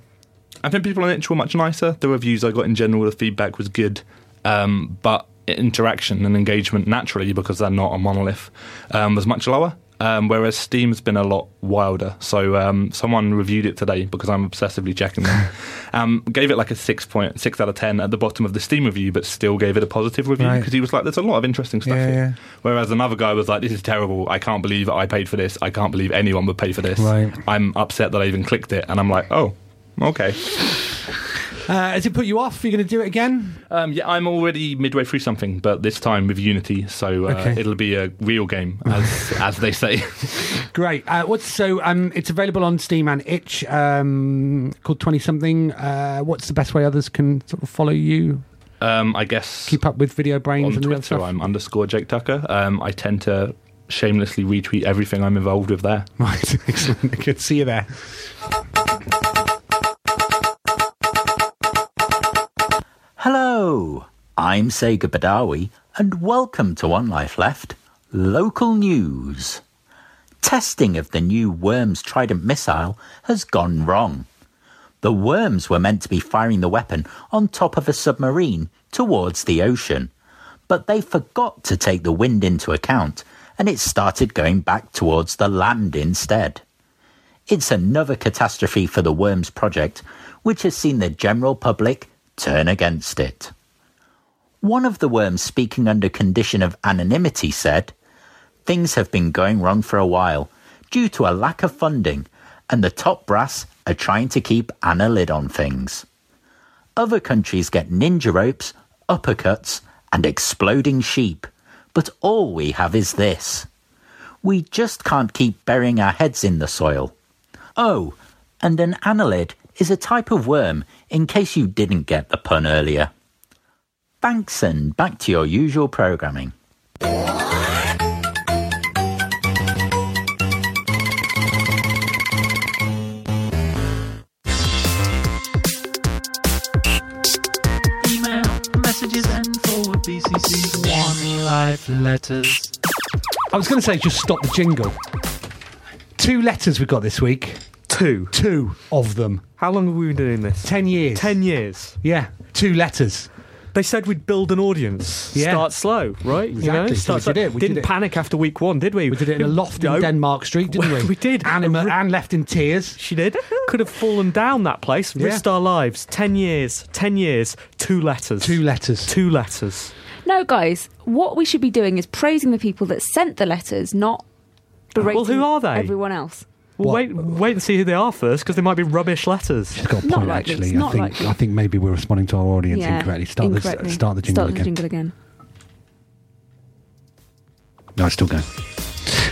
Speaker 6: I think people on itch were much nicer. The reviews I got in general, the feedback was good, um, but interaction and engagement naturally, because they're not a monolith, um, was much lower. Um, whereas Steam's been a lot wilder. So um, someone reviewed it today because I'm obsessively checking
Speaker 4: (laughs)
Speaker 6: them. um, gave it like a six point six out of ten at the bottom of the Steam review, but still gave it a positive review
Speaker 4: Right.
Speaker 6: because he was like, "There's a lot of interesting stuff
Speaker 4: Yeah,
Speaker 6: here."
Speaker 4: yeah.
Speaker 6: Whereas another guy was like, "This is terrible. I can't believe I paid for this. I can't believe anyone would pay for this.
Speaker 4: Right.
Speaker 6: I'm upset that I even clicked it." And I'm like, "Oh." Okay.
Speaker 4: Uh, has it put you off? You're going to do it again?
Speaker 6: Um, yeah, I'm already midway through something, but this time with Unity, so uh,
Speaker 4: Okay.
Speaker 6: it'll be a real game,
Speaker 4: (laughs)
Speaker 6: as as they say.
Speaker 4: Great. Uh, what's so? Um, it's available on Steam and Itch. Um, called Twenty Something. Uh, what's the best way others can sort of follow you,
Speaker 6: Um, I guess
Speaker 4: keep up with Video Brains
Speaker 6: on
Speaker 4: and the other
Speaker 6: Twitter,
Speaker 4: stuff?
Speaker 6: I'm underscore Jake Tucker. Um, I tend to shamelessly retweet everything I'm involved with there.
Speaker 4: (laughs) Right. (laughs) Excellent. Good. See you there.
Speaker 8: Hello, I'm Sega Badawi, and welcome to One Life Left Local News. Testing of the new Worms Trident missile has gone wrong. The worms were meant to be firing the weapon on top of a submarine towards the ocean, but they forgot to take the wind into account and it started going back towards the land instead. It's another catastrophe for the Worms project, which has seen the general public turn against it. One of the Worms speaking under condition of anonymity said, Things have been going wrong for a while due to a lack of funding, and the top brass are trying to keep an a lid on things. Other countries get ninja ropes, uppercuts, and exploding sheep, but all we have is this. We just can't keep burying our heads in the soil. Oh, and an annelid is a type of worm, in case you didn't get the pun earlier. Thanks, and back to your usual programming.
Speaker 7: Email, messages, and forward BCC's One Life letters.
Speaker 4: I was going to say just stop the jingle. Two letters we've got this week.
Speaker 3: Two.
Speaker 4: Two of them.
Speaker 3: How long have we been doing this?
Speaker 4: Ten years.
Speaker 3: Ten years.
Speaker 4: Yeah. Two letters.
Speaker 3: They said we'd build an audience.
Speaker 4: Yeah.
Speaker 3: Start slow, right?
Speaker 4: Exactly. So we
Speaker 3: Start
Speaker 4: did
Speaker 3: slow.
Speaker 4: it, we
Speaker 3: Didn't
Speaker 4: did it.
Speaker 3: panic after week one, did we?
Speaker 4: We did it in a loft in Denmark Street, didn't we?
Speaker 3: (laughs) We did.
Speaker 4: And,
Speaker 3: A re-
Speaker 4: and left in tears.
Speaker 3: She
Speaker 4: (laughs)
Speaker 3: did. Could have fallen down that place.
Speaker 4: Yeah.
Speaker 3: Risked our lives. Ten years. Ten years. Two letters.
Speaker 4: Two letters.
Speaker 3: Two letters.
Speaker 5: No, guys, what we should be doing is praising the people that sent the letters, not berating
Speaker 3: Well, who are they?
Speaker 5: everyone else.
Speaker 3: Well,
Speaker 4: What?
Speaker 3: wait, wait and see who they are first, because they might be rubbish letters.
Speaker 4: She's got a
Speaker 5: Not
Speaker 4: point,
Speaker 5: likely,
Speaker 4: actually.
Speaker 5: it's
Speaker 4: I
Speaker 5: not
Speaker 4: think
Speaker 5: likely.
Speaker 4: I think maybe we're responding to our audience incorrectly. Start
Speaker 5: incorrectly.
Speaker 4: the start the jingle
Speaker 5: Start
Speaker 4: again.
Speaker 5: again.
Speaker 4: No, it's still going.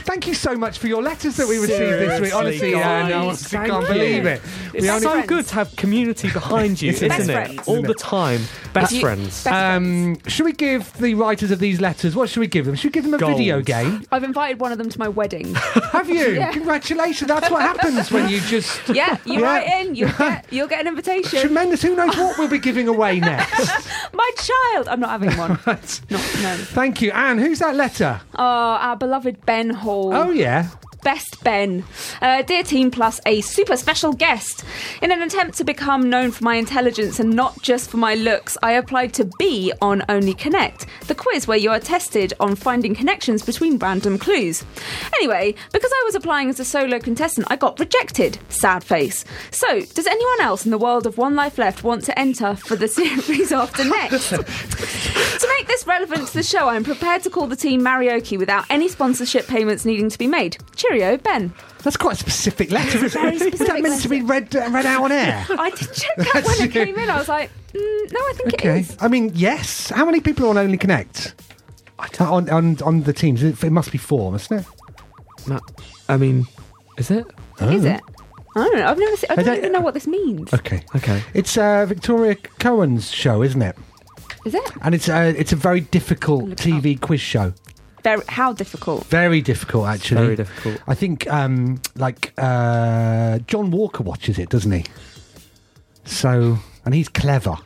Speaker 4: Thank you so much for your letters that we received this
Speaker 3: Seriously,
Speaker 4: week. Honestly, uh, no,
Speaker 3: guys,
Speaker 4: I can't
Speaker 5: thank
Speaker 4: believe
Speaker 5: you.
Speaker 4: it.
Speaker 3: It's
Speaker 5: We only-
Speaker 3: so
Speaker 5: Friends.
Speaker 3: good to have community behind you, isn't
Speaker 5: Best
Speaker 3: it?
Speaker 5: friends.
Speaker 3: All
Speaker 4: Isn't
Speaker 3: the
Speaker 4: it?
Speaker 3: time. Best
Speaker 5: You-
Speaker 3: friends.
Speaker 5: best friends.
Speaker 4: Um, should we give the writers of these letters? What should we give them? Should we give them a
Speaker 3: Gold.
Speaker 4: video game?
Speaker 5: I've invited one of them to my wedding.
Speaker 3: (laughs)
Speaker 4: Have you? Congratulations! That's what happens when you just.
Speaker 5: (laughs) yeah,
Speaker 4: Yeah.
Speaker 5: you write in, you'll
Speaker 3: (laughs)
Speaker 5: get, you'll get an invitation.
Speaker 4: Tremendous. Who knows what we'll be giving
Speaker 5: (laughs)
Speaker 4: away next?
Speaker 5: My child! I'm not having
Speaker 3: (laughs)
Speaker 5: one. Not, no.
Speaker 4: Thank you, Anne. Who's that letter?
Speaker 5: Oh, our beloved Ben Hall.
Speaker 4: Oh yeah,
Speaker 5: Best Ben. Uh, dear Team Plus, a super special guest. In an attempt to become known for my intelligence and not just for my looks, I applied to be on Only Connect, the quiz where you are tested on finding connections between random clues. Anyway, because I was applying as a solo contestant, I got rejected. Sad face. So, does anyone else in the world of One Life Left want to enter for the (laughs) series after next? To make this relevant to the show, I'm prepared to call the team Marioki without any sponsorship payments needing to be made. Cheerio, Ben.
Speaker 4: that's quite a specific letter. Is
Speaker 5: very
Speaker 4: Is that
Speaker 5: specific
Speaker 4: meant to be read uh, read out on
Speaker 5: (laughs)
Speaker 4: air?
Speaker 5: I did
Speaker 4: (laughs)
Speaker 5: check that when it came in. I was like, mm, no, I think it
Speaker 4: Okay.
Speaker 5: is.
Speaker 4: I mean, yes. How many people are on Only Connect? On, on on the teams, it it must be four, mustn't it?
Speaker 3: No, I mean, is it?
Speaker 5: Is it? I don't know. I've never. Seen, I don't
Speaker 4: Oh. don't-
Speaker 5: even know what this means.
Speaker 4: Okay,
Speaker 3: Okay.
Speaker 4: It's uh, Victoria Cohen's show, isn't it?
Speaker 5: Is it?
Speaker 4: And it's uh, it's a very difficult
Speaker 5: Look it
Speaker 4: TV quiz show.
Speaker 5: Very, how difficult.
Speaker 4: Very difficult, actually.
Speaker 3: very difficult.
Speaker 4: I think um, like uh, John Walker watches it, doesn't he? So, and he's clever.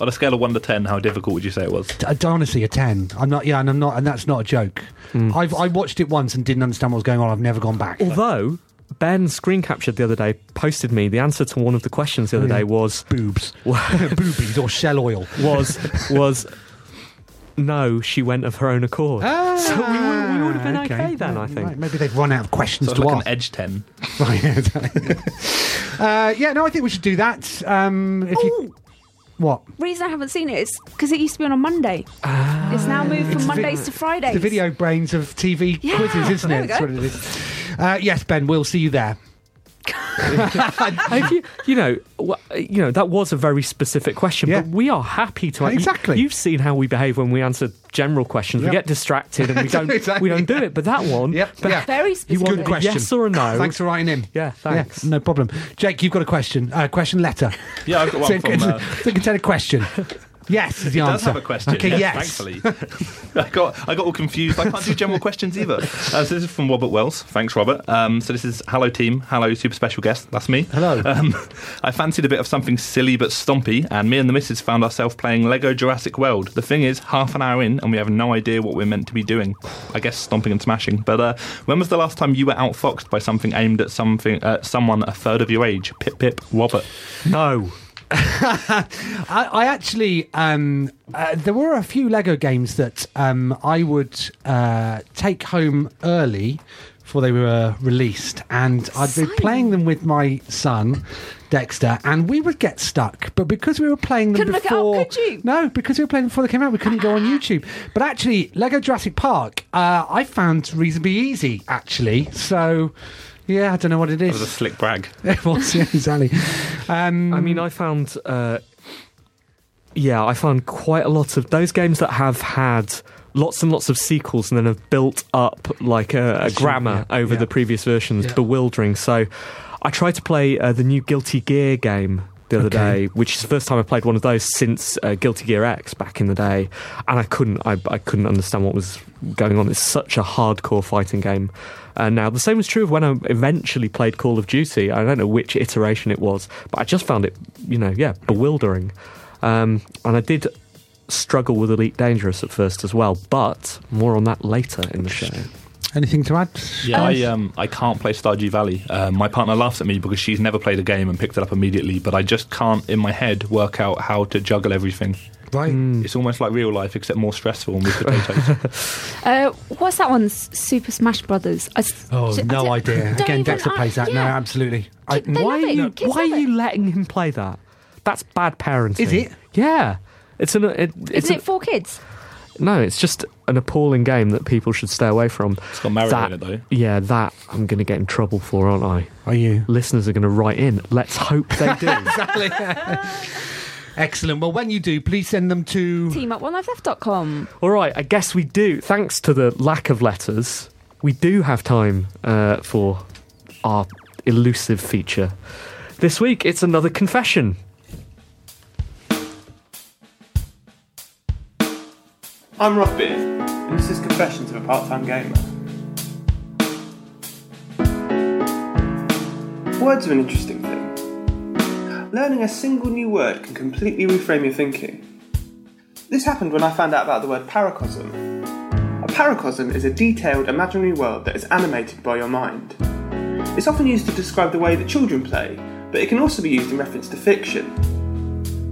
Speaker 6: On a scale of one to ten, how difficult would you say it was?
Speaker 4: I don't honestly a ten. I'm not. Yeah, and I'm
Speaker 3: Hmm.
Speaker 4: not. And that's not a joke. I've I watched it once and didn't understand what was going on. I've never gone back.
Speaker 3: Although Ben screen captured the other day posted me the answer to one of the questions the other day was (laughs)
Speaker 4: boobs, (laughs) boobies, or shell oil.
Speaker 3: was was no, she went of her own accord.
Speaker 4: Ah.
Speaker 3: so we, would- we would have been okay, then, I think.
Speaker 4: Right, maybe they've run out of questions
Speaker 6: Sort
Speaker 4: to
Speaker 6: of like
Speaker 4: ask.
Speaker 6: an edge 10.
Speaker 4: Right, (laughs) yeah, exactly. uh, yeah, no, I think we should do that. Um, if you, what?
Speaker 5: Oh, Reason I haven't seen it is because it used to be on a Monday.
Speaker 4: Ah.
Speaker 5: it's now moved from Mondays to Fridays.
Speaker 4: The video brains of TV
Speaker 5: Yeah,
Speaker 4: quizzes, isn't
Speaker 5: there
Speaker 4: it?
Speaker 5: we
Speaker 4: That's
Speaker 5: go.
Speaker 4: what it is. Uh, yes, Ben, we'll see you there.
Speaker 3: If you, you know, wh- you know that was a very specific question,
Speaker 4: Yeah.
Speaker 3: but we are happy to
Speaker 4: Exactly.
Speaker 3: You, have seen how we behave when we answer general questions.
Speaker 4: Yep.
Speaker 3: We get distracted
Speaker 4: (laughs)
Speaker 3: and we don't
Speaker 4: Exactly,
Speaker 3: we don't do it. But that one,
Speaker 4: Yep.
Speaker 3: but
Speaker 4: yeah.
Speaker 5: Very
Speaker 3: you
Speaker 5: specific.
Speaker 3: want
Speaker 4: Good
Speaker 3: a
Speaker 4: question.
Speaker 3: yes or a no?
Speaker 4: Thanks for writing in.
Speaker 3: Yeah, thanks.
Speaker 4: no problem. Jake, you've got a question. Uh, question letter.
Speaker 6: Yeah, I've got (laughs) one
Speaker 4: So it's,
Speaker 6: from.
Speaker 4: it's,
Speaker 6: Uh,
Speaker 4: a, it's a
Speaker 6: (laughs)
Speaker 4: contented question. Yes, is the
Speaker 6: does
Speaker 4: answer.
Speaker 6: have a question.
Speaker 4: Okay, yes.
Speaker 6: Thankfully. (laughs) I got I got all confused. I can't do general questions either. Uh, so this is from Robert Wells. Thanks, Robert. Um, so this is hello team, hello super special guest. That's me.
Speaker 4: Hello.
Speaker 6: Um, I fancied a bit of something silly but stompy, and me and the missus found ourselves playing Lego Jurassic World. The thing is, half an hour in, and we have no idea what we're meant to be doing. I guess stomping and smashing. But uh, when was the last time you were outfoxed by something aimed at something uh, someone a third of your age? Pip pip, Robert.
Speaker 3: no.
Speaker 4: (laughs) I, I actually, um, uh, there were a few Lego games that um, I would uh, take home early before they were released, and I'd be playing them with my son. Dexter and we would get stuck, but because we were playing them
Speaker 5: Couldn't look it up,
Speaker 4: before,
Speaker 5: could you? Ah.
Speaker 4: no, because we were playing before they came out, we couldn't go on YouTube. But actually, Lego Jurassic Park, uh, I found reasonably easy actually. So, yeah, I don't know what it
Speaker 6: That was a
Speaker 4: is.
Speaker 6: slick brag.
Speaker 4: (laughs) It was yeah, exactly. Um,
Speaker 3: I mean, I found, uh, yeah, I found quite a lot of those games that have had lots and lots of sequels and then have built up like a, a grammar
Speaker 4: yeah,
Speaker 3: over
Speaker 4: yeah.
Speaker 3: the previous versions, bewildering. So, I tried to play uh, the new Guilty Gear game the other day,
Speaker 4: Okay.
Speaker 3: which is the first time I played one of those since uh, Guilty Gear X back in the day, and I couldn't, I, I couldn't understand what was going on. It's such a hardcore fighting game. Uh, now, the same was true of when I eventually played Call of Duty. I don't know which iteration it was, but I just found it, you know, yeah, bewildering. Um, and I did struggle with Elite Dangerous at first as well, but more on that later in the show.
Speaker 4: anything to add? Uh,
Speaker 6: Yeah, I um I can't play Stardew Valley. Um, my partner laughs at me because she's never played a game and picked it up immediately. But I just can't in my head work out how to juggle everything.
Speaker 4: Right.
Speaker 6: It's almost like real life, except more stressful and with potatoes.
Speaker 5: Uh, what's that one? S- Super Smash Brothers. I s-
Speaker 4: Oh,
Speaker 5: d- I
Speaker 4: no
Speaker 5: don't-
Speaker 4: idea.
Speaker 5: don't
Speaker 4: Again,
Speaker 5: even-
Speaker 4: Dexter
Speaker 5: I-
Speaker 4: plays that. No,
Speaker 5: yeah. (laughs)
Speaker 4: absolutely. I,
Speaker 5: They
Speaker 3: why
Speaker 5: love
Speaker 3: are
Speaker 5: it.
Speaker 3: you,
Speaker 5: Kids
Speaker 3: why
Speaker 5: love
Speaker 3: are you
Speaker 5: it.
Speaker 3: letting him play that? That's bad parenting.
Speaker 4: Is it?
Speaker 3: Yeah. It's an. It, it's
Speaker 5: Isn't
Speaker 3: an,
Speaker 5: it for kids?
Speaker 3: No, it's just an appalling game that people should stay away from.
Speaker 6: it's got Mario in it though.
Speaker 3: Yeah, that I'm going to get in trouble for, aren't I?
Speaker 4: are you?
Speaker 3: Listeners are going to write in. Let's hope they
Speaker 4: (laughs)
Speaker 3: do.
Speaker 4: Excellent. Well, when you do, please send them to.
Speaker 5: Teamup1lifeleft.com.
Speaker 3: All right, I guess we do. Thanks to the lack of letters, we do have time uh, for our elusive feature. This week, it's another confession.
Speaker 9: I'm Rob Beard, and this is Confessions of a Part-Time Gamer. Words are an interesting thing. Learning a single new word can completely reframe your thinking. This happened when I found out about the word paracosm. A paracosm is a detailed imaginary world that is animated by your mind. It's often used to describe the way that children play, but it can also be used in reference to fiction.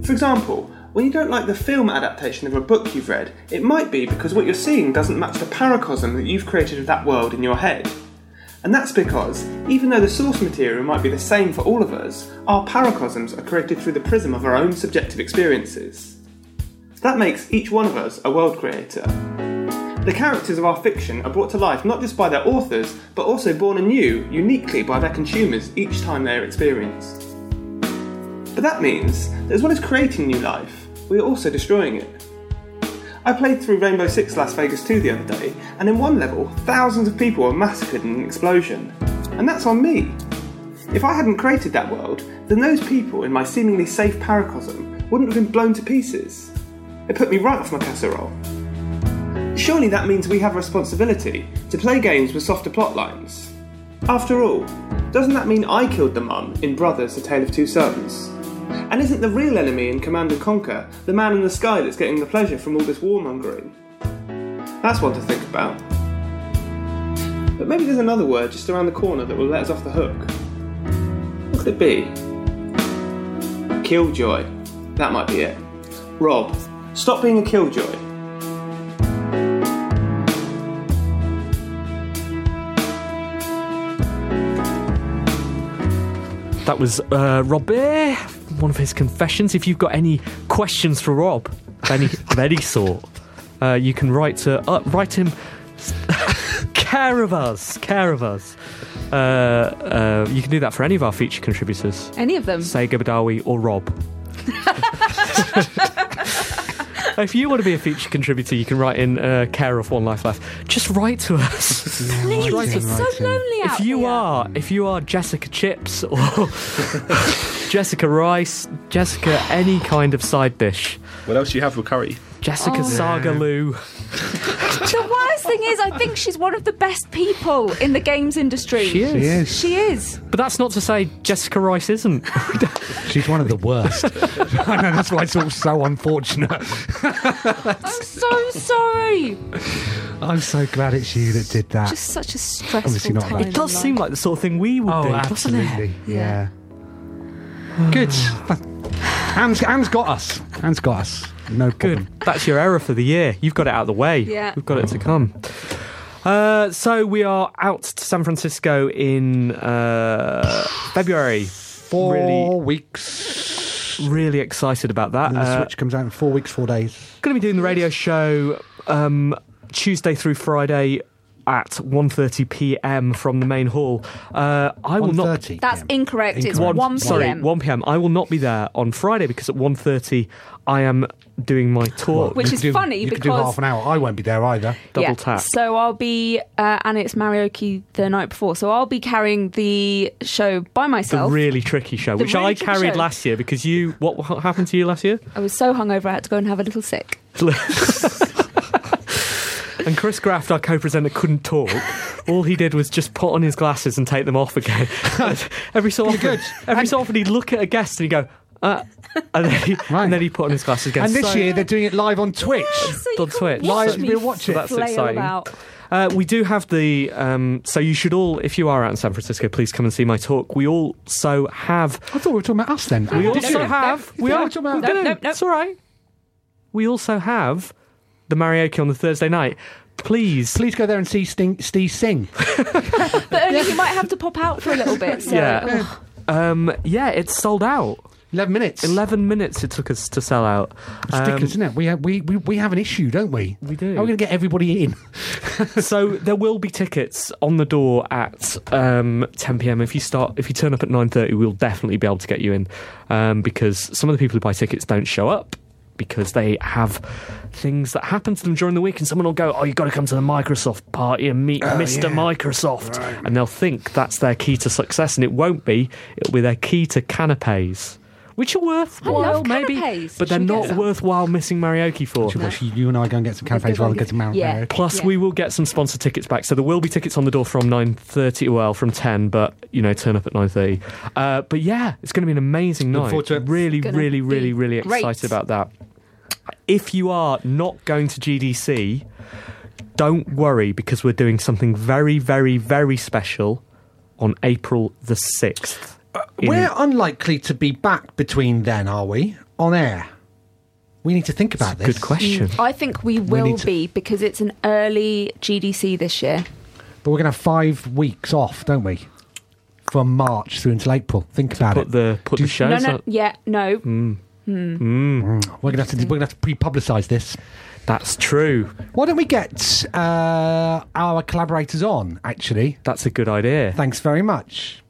Speaker 9: For example, when you don't like the film adaptation of a book you've read, it might be because what you're seeing doesn't match the paracosm that you've created of that world in your head. And that's because, even though the source material might be the same for all of us, our paracosms are created through the prism of our own subjective experiences. That makes each one of us a world creator. The characters of our fiction are brought to life not just by their authors, but also born anew, uniquely by their consumers each time they are experienced. But that means that as well as creating new life, we are also destroying it. I played through Rainbow Six Las Vegas 2 the other day, and in one level, thousands of people were massacred in an explosion. And that's on me. If I hadn't created that world, then those people in my seemingly safe paracosm wouldn't have been blown to pieces. It put me right off my casserole. Surely that means we have a responsibility to play games with softer plotlines. After all, doesn't that mean I killed the mum in Brothers, A Tale of Two Sons? And isn't the real enemy in Command and Conquer the man in the sky that's getting the pleasure from all this warmongering? That's one to think about. But maybe there's another word just around the corner that will let us off the hook. What could it be? Killjoy. That might be it. Rob, stop being a killjoy.
Speaker 3: That was uh, Robert, one of his confessions. If you've got any questions for Rob of any, of any sort, uh, you can write to uh, write him. (laughs) care of us, care of us. Uh, uh, you can do that for any of our feature contributors.
Speaker 5: Any of them.
Speaker 3: Say Gabadawi or Rob. if you want to be a feature contributor, you can write in uh, care of One Life Left. Just write to us.
Speaker 5: Please,
Speaker 3: Write to
Speaker 5: it's
Speaker 3: us.
Speaker 5: so lonely out
Speaker 3: If you
Speaker 5: here.
Speaker 3: are, if you are Jessica Chips or (laughs) Jessica Rice, Jessica any kind of side dish,
Speaker 6: What else do you have for curry?
Speaker 3: Jessica
Speaker 5: Oh.
Speaker 3: Saga Lou.
Speaker 5: The worst thing is, I think she's one of the best people in the games industry.
Speaker 3: She is. She is.
Speaker 5: She is.
Speaker 3: But that's not to say Jessica Rice isn't.
Speaker 4: She's one of the worst. (laughs) I know that's why it's all so unfortunate.
Speaker 5: I'm so sorry.
Speaker 4: I'm so glad it's you that did that.
Speaker 5: Just such a stressful
Speaker 4: Obviously not
Speaker 5: time.
Speaker 4: right.
Speaker 3: It does seem like the sort of thing we would do,
Speaker 4: oh,
Speaker 3: doesn't it?
Speaker 4: absolutely. Yeah. Good. Anne's, Anne's got us. Anne's got us. No problem.
Speaker 3: Good. That's your error for the year. You've got it out of the way.
Speaker 5: Yeah.
Speaker 3: We've got it to come. Uh, so we are out to San Francisco in uh, February.
Speaker 4: Four
Speaker 3: Really,
Speaker 4: weeks.
Speaker 3: really excited about that.
Speaker 4: And the
Speaker 3: Uh,
Speaker 4: Switch comes out in four weeks, four days.
Speaker 3: going to be doing the radio show um, Tuesday through Friday at 1.30 p.m. from the main hall. Uh, I will not...
Speaker 4: 1:30.
Speaker 5: That's incorrect. It's
Speaker 3: One-
Speaker 5: 1,
Speaker 3: Sorry,
Speaker 5: p.m.
Speaker 3: 1 p.m. I will not be there on Friday because at 1.30 I am doing my talk.
Speaker 5: Which
Speaker 4: You
Speaker 5: is
Speaker 4: could do-
Speaker 5: funny
Speaker 4: you could do
Speaker 5: because-
Speaker 4: half an hour. I won't be there either.
Speaker 3: double
Speaker 5: yeah.
Speaker 3: tap.
Speaker 5: So I'll be, uh, and it's Marioki the night before. So I'll be carrying the show by
Speaker 3: the
Speaker 5: myself.
Speaker 3: really tricky show,
Speaker 5: The
Speaker 3: which
Speaker 5: really
Speaker 3: I
Speaker 5: tricky
Speaker 3: carried
Speaker 5: show.
Speaker 3: last year because you. What wha- happened to you last year?
Speaker 5: I was so hungover, I had to go and have a little sick.
Speaker 3: and Chris Graft, our co-presenter, couldn't talk. All he did was just put on his glasses and take them off again. And every so often, every so often he'd look at a guest and he'd go, uh, and, then he, and then he'd put on his glasses again.
Speaker 4: And this
Speaker 3: So-
Speaker 4: year they're doing it live on Twitch.
Speaker 5: So
Speaker 3: On Twitch.
Speaker 4: Live,
Speaker 5: me
Speaker 4: we'll watch it.
Speaker 3: That's
Speaker 5: flail
Speaker 3: exciting.
Speaker 5: about.
Speaker 3: Uh, we do have the. Um, so you should all, if you are out in San Francisco, please come and see my talk. We also have.
Speaker 4: I thought we were talking about us then.
Speaker 3: We
Speaker 4: Did
Speaker 3: also
Speaker 4: you?
Speaker 3: have. We
Speaker 4: Yeah,
Speaker 3: are.
Speaker 4: we're talking about-
Speaker 3: we do.
Speaker 4: No, no, no.
Speaker 3: It's all right. We also have the Mariachi on the Thursday night. Please.
Speaker 4: Please go there and see Sting, Steve sing.
Speaker 5: But only you might have to pop out for a little bit. So.
Speaker 3: Yeah.
Speaker 5: oh.
Speaker 3: Um, yeah, it's sold out.
Speaker 4: 11 minutes.
Speaker 3: 11 minutes it took us to sell out.
Speaker 4: It's
Speaker 3: Um,
Speaker 4: ridiculous, isn't it? We have, we, we, we have an issue, don't we?
Speaker 3: We do.
Speaker 4: How are we going to get everybody in?
Speaker 3: (laughs) so there will be tickets on the door at um, 10 p.m. If you start, if you turn up at 9:30, we'll definitely be able to get you in um, because some of the people who buy tickets don't show up because they have things that happen to them during the week, and someone will go, "Oh, you've got to come to the Microsoft party and meet Mr. Microsoft," and they'll think that's their key to success, and it won't be. It'll be their key to canapes. Which are worthwhile,
Speaker 5: love
Speaker 3: maybe,
Speaker 5: canapes.
Speaker 3: but they're
Speaker 5: Should we get
Speaker 3: not
Speaker 5: some?
Speaker 3: worthwhile missing mariachi for.
Speaker 4: Gosh, you and I go and get some canapes rather than get to Mount
Speaker 5: Yeah.
Speaker 4: Mary.
Speaker 3: Plus,
Speaker 5: Yeah.
Speaker 3: we will get some sponsor tickets back. So there will be tickets on the door from nine thirty. Well, from ten, but you know, turn up at nine thirty. Uh, but yeah, it's going to be an amazing night.
Speaker 4: forward to it.
Speaker 3: Really,
Speaker 5: Gonna
Speaker 3: really,
Speaker 5: be
Speaker 3: really, really
Speaker 5: great.
Speaker 3: excited about that. If you are not going to GDC, don't worry because we're doing something very, very, very special on April the sixth.
Speaker 4: Uh, We're unlikely to be back between then, are we? On air. We need to think about this.
Speaker 3: Good question.
Speaker 5: I think we will
Speaker 4: need to-
Speaker 5: be because it's an early GDC this year.
Speaker 4: But we're going to have five weeks off, don't we? From March through until April. Think about
Speaker 3: Put
Speaker 4: it.
Speaker 3: the put
Speaker 4: Do-
Speaker 3: the shows
Speaker 5: no, no,
Speaker 3: up.
Speaker 5: yeah, no.
Speaker 4: Mm. We're going to have to. We're going to have to pre-publicise this.
Speaker 3: That's true.
Speaker 4: Why don't we get uh, our collaborators on? Actually,
Speaker 3: That's a good idea.
Speaker 4: thanks very much.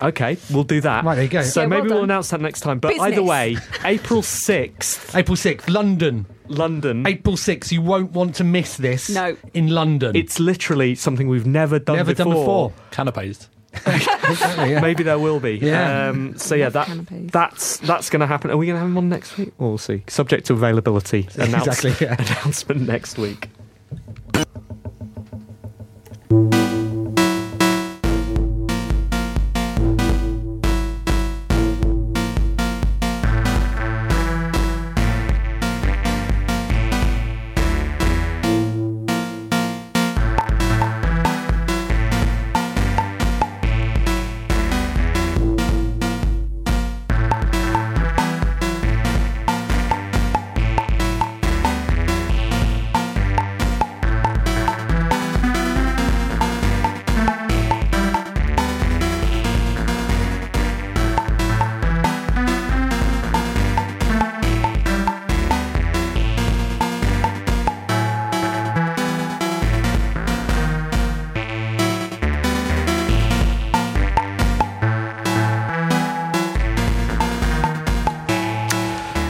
Speaker 3: Okay, we'll do that.
Speaker 4: Right, there you go.
Speaker 3: So
Speaker 5: Yeah, well
Speaker 3: maybe we'll
Speaker 5: done.
Speaker 3: announce that next time. But either
Speaker 5: Business. (laughs)
Speaker 3: way, April 6th,
Speaker 4: April sixth, London.
Speaker 3: London.
Speaker 4: April sixth. You won't want to miss this.
Speaker 5: No.
Speaker 4: in London.
Speaker 3: It's literally something we've never done
Speaker 4: never
Speaker 3: before.
Speaker 4: done before.
Speaker 6: Canapes.
Speaker 4: Exactly, yeah.
Speaker 3: (laughs) Maybe there will be.
Speaker 4: (laughs) Yeah.
Speaker 3: Um, so yeah, that
Speaker 5: Canapes.
Speaker 3: that's that's going to happen. Are we going to have him on next week? Well, we'll see. Subject to availability. Announce-
Speaker 4: (laughs) (laughs) Exactly, yeah.
Speaker 3: Announcement (laughs) next week.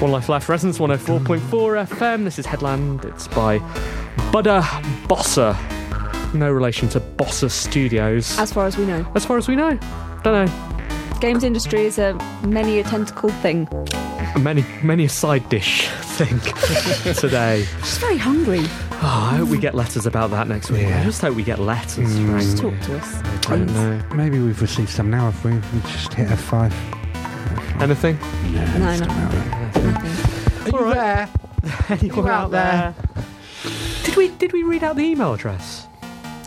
Speaker 10: Life Left, Resonance 104.4 FM. This is Headland. It's by Buddha Bossa. No relation to Bossa Studios.
Speaker 5: As far as we know.
Speaker 10: As far as we know. Don't know.
Speaker 5: Games industry is a many a tentacle thing.
Speaker 10: Many, many a side dish thing (laughs) today.
Speaker 5: She's very hungry.
Speaker 10: Oh, I hope we get letters about that next week. I just hope we get letters. Right?
Speaker 5: Just talk to us.
Speaker 10: I don't know.
Speaker 4: Maybe we've received some now if we we just hit F5.
Speaker 10: Anything?
Speaker 5: No, no.
Speaker 10: All right. (laughs) Anyone
Speaker 5: You
Speaker 10: out
Speaker 5: out
Speaker 10: there? Did we did we read out the email address?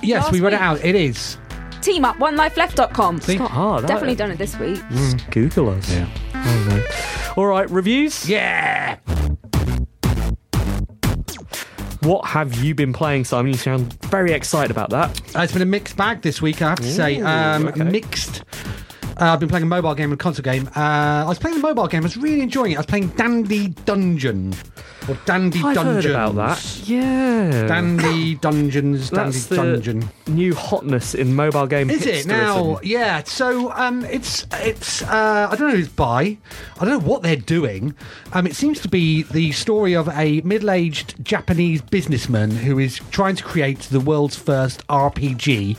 Speaker 4: Yes,
Speaker 5: Last
Speaker 4: we read it
Speaker 5: week.
Speaker 4: out. It is.
Speaker 5: Team up, onelifeleft.com.
Speaker 10: It's not
Speaker 4: Oh,
Speaker 10: hard.
Speaker 5: Definitely
Speaker 10: that,
Speaker 5: done it this week.
Speaker 4: Mm.
Speaker 10: Google us. Yeah. All right, reviews.
Speaker 4: Yeah.
Speaker 10: What have you been playing, Simon? You sound very excited about that.
Speaker 4: Uh, it's been a mixed bag this week, I have to say.
Speaker 10: Ooh,
Speaker 4: Um,
Speaker 10: okay.
Speaker 4: Mixed. Uh, I've been playing a mobile game and a console game. Uh, I was playing the mobile game. I was really enjoying it. I was playing Dandy Dungeon. Or Dandy
Speaker 10: I've
Speaker 4: Dungeons.
Speaker 10: heard about that. Yeah.
Speaker 4: (laughs) Dandy Dungeons. Dandy
Speaker 10: That's the
Speaker 4: Dungeon.
Speaker 10: new hotness in mobile game.
Speaker 4: Is it now? Yeah. So um, it's it's uh, I don't know who's by, I don't know what they're doing. Um, it seems to be the story of a middle-aged Japanese businessman who is trying to create the world's first RPG.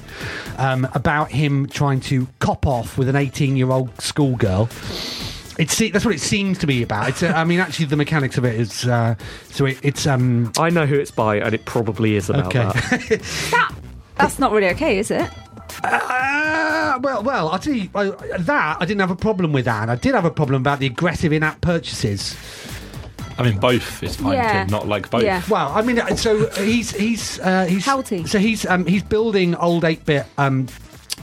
Speaker 4: Um, about him trying to cop off with an 18-year-old schoolgirl. It's that's what it seems to be about. It's, uh, I mean, actually, the mechanics of it is uh, so it, it's um
Speaker 10: I know who it's by, and it probably is about
Speaker 4: okay.
Speaker 10: that.
Speaker 5: That, that's not really okay, is it?
Speaker 4: Uh, well, well, I tell you I, that I didn't have a problem with that. And I did have a problem about the aggressive in-app purchases.
Speaker 6: I mean, both is fine.
Speaker 5: Yeah.
Speaker 6: To not like both.
Speaker 5: Yeah.
Speaker 4: Well, I mean, uh, so he's he's uh, he's
Speaker 5: Howdy.
Speaker 4: So he's um, he's building old eight-bit um,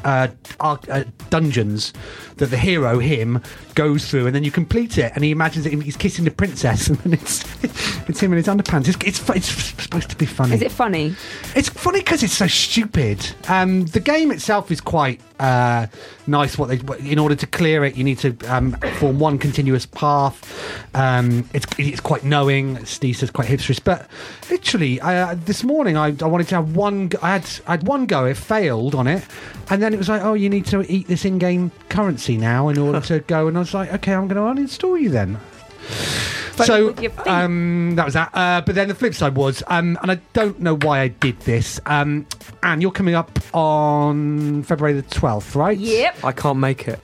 Speaker 4: uh, arc- uh, dungeons that the hero him goes through, and then you complete it. And he imagines that he's kissing the princess, (laughs) and then it's it's him in his underpants. It's it's, fu- it's supposed to be funny.
Speaker 5: Is it funny?
Speaker 4: It's funny because it's so stupid. Um, the game itself is quite uh, nice. What they, what- in order to clear it, you need to um, form one continuous path. Um, it's it's quite knowing. Steve says quite hipsterish, but literally uh, this morning I, I wanted to have one. go- I had I had one go. It failed on it, and then it was like, oh, you need to eat this in-game currency now in
Speaker 5: (laughs)
Speaker 4: order to go. And I was like, okay, I'm going to uninstall you then. so
Speaker 5: with your feet.
Speaker 4: um, that was that. Uh, but then the flip side was, um, and I don't know why I did this. Um, and you're coming up on February the 12th, right?
Speaker 5: Yep.
Speaker 10: I can't make it.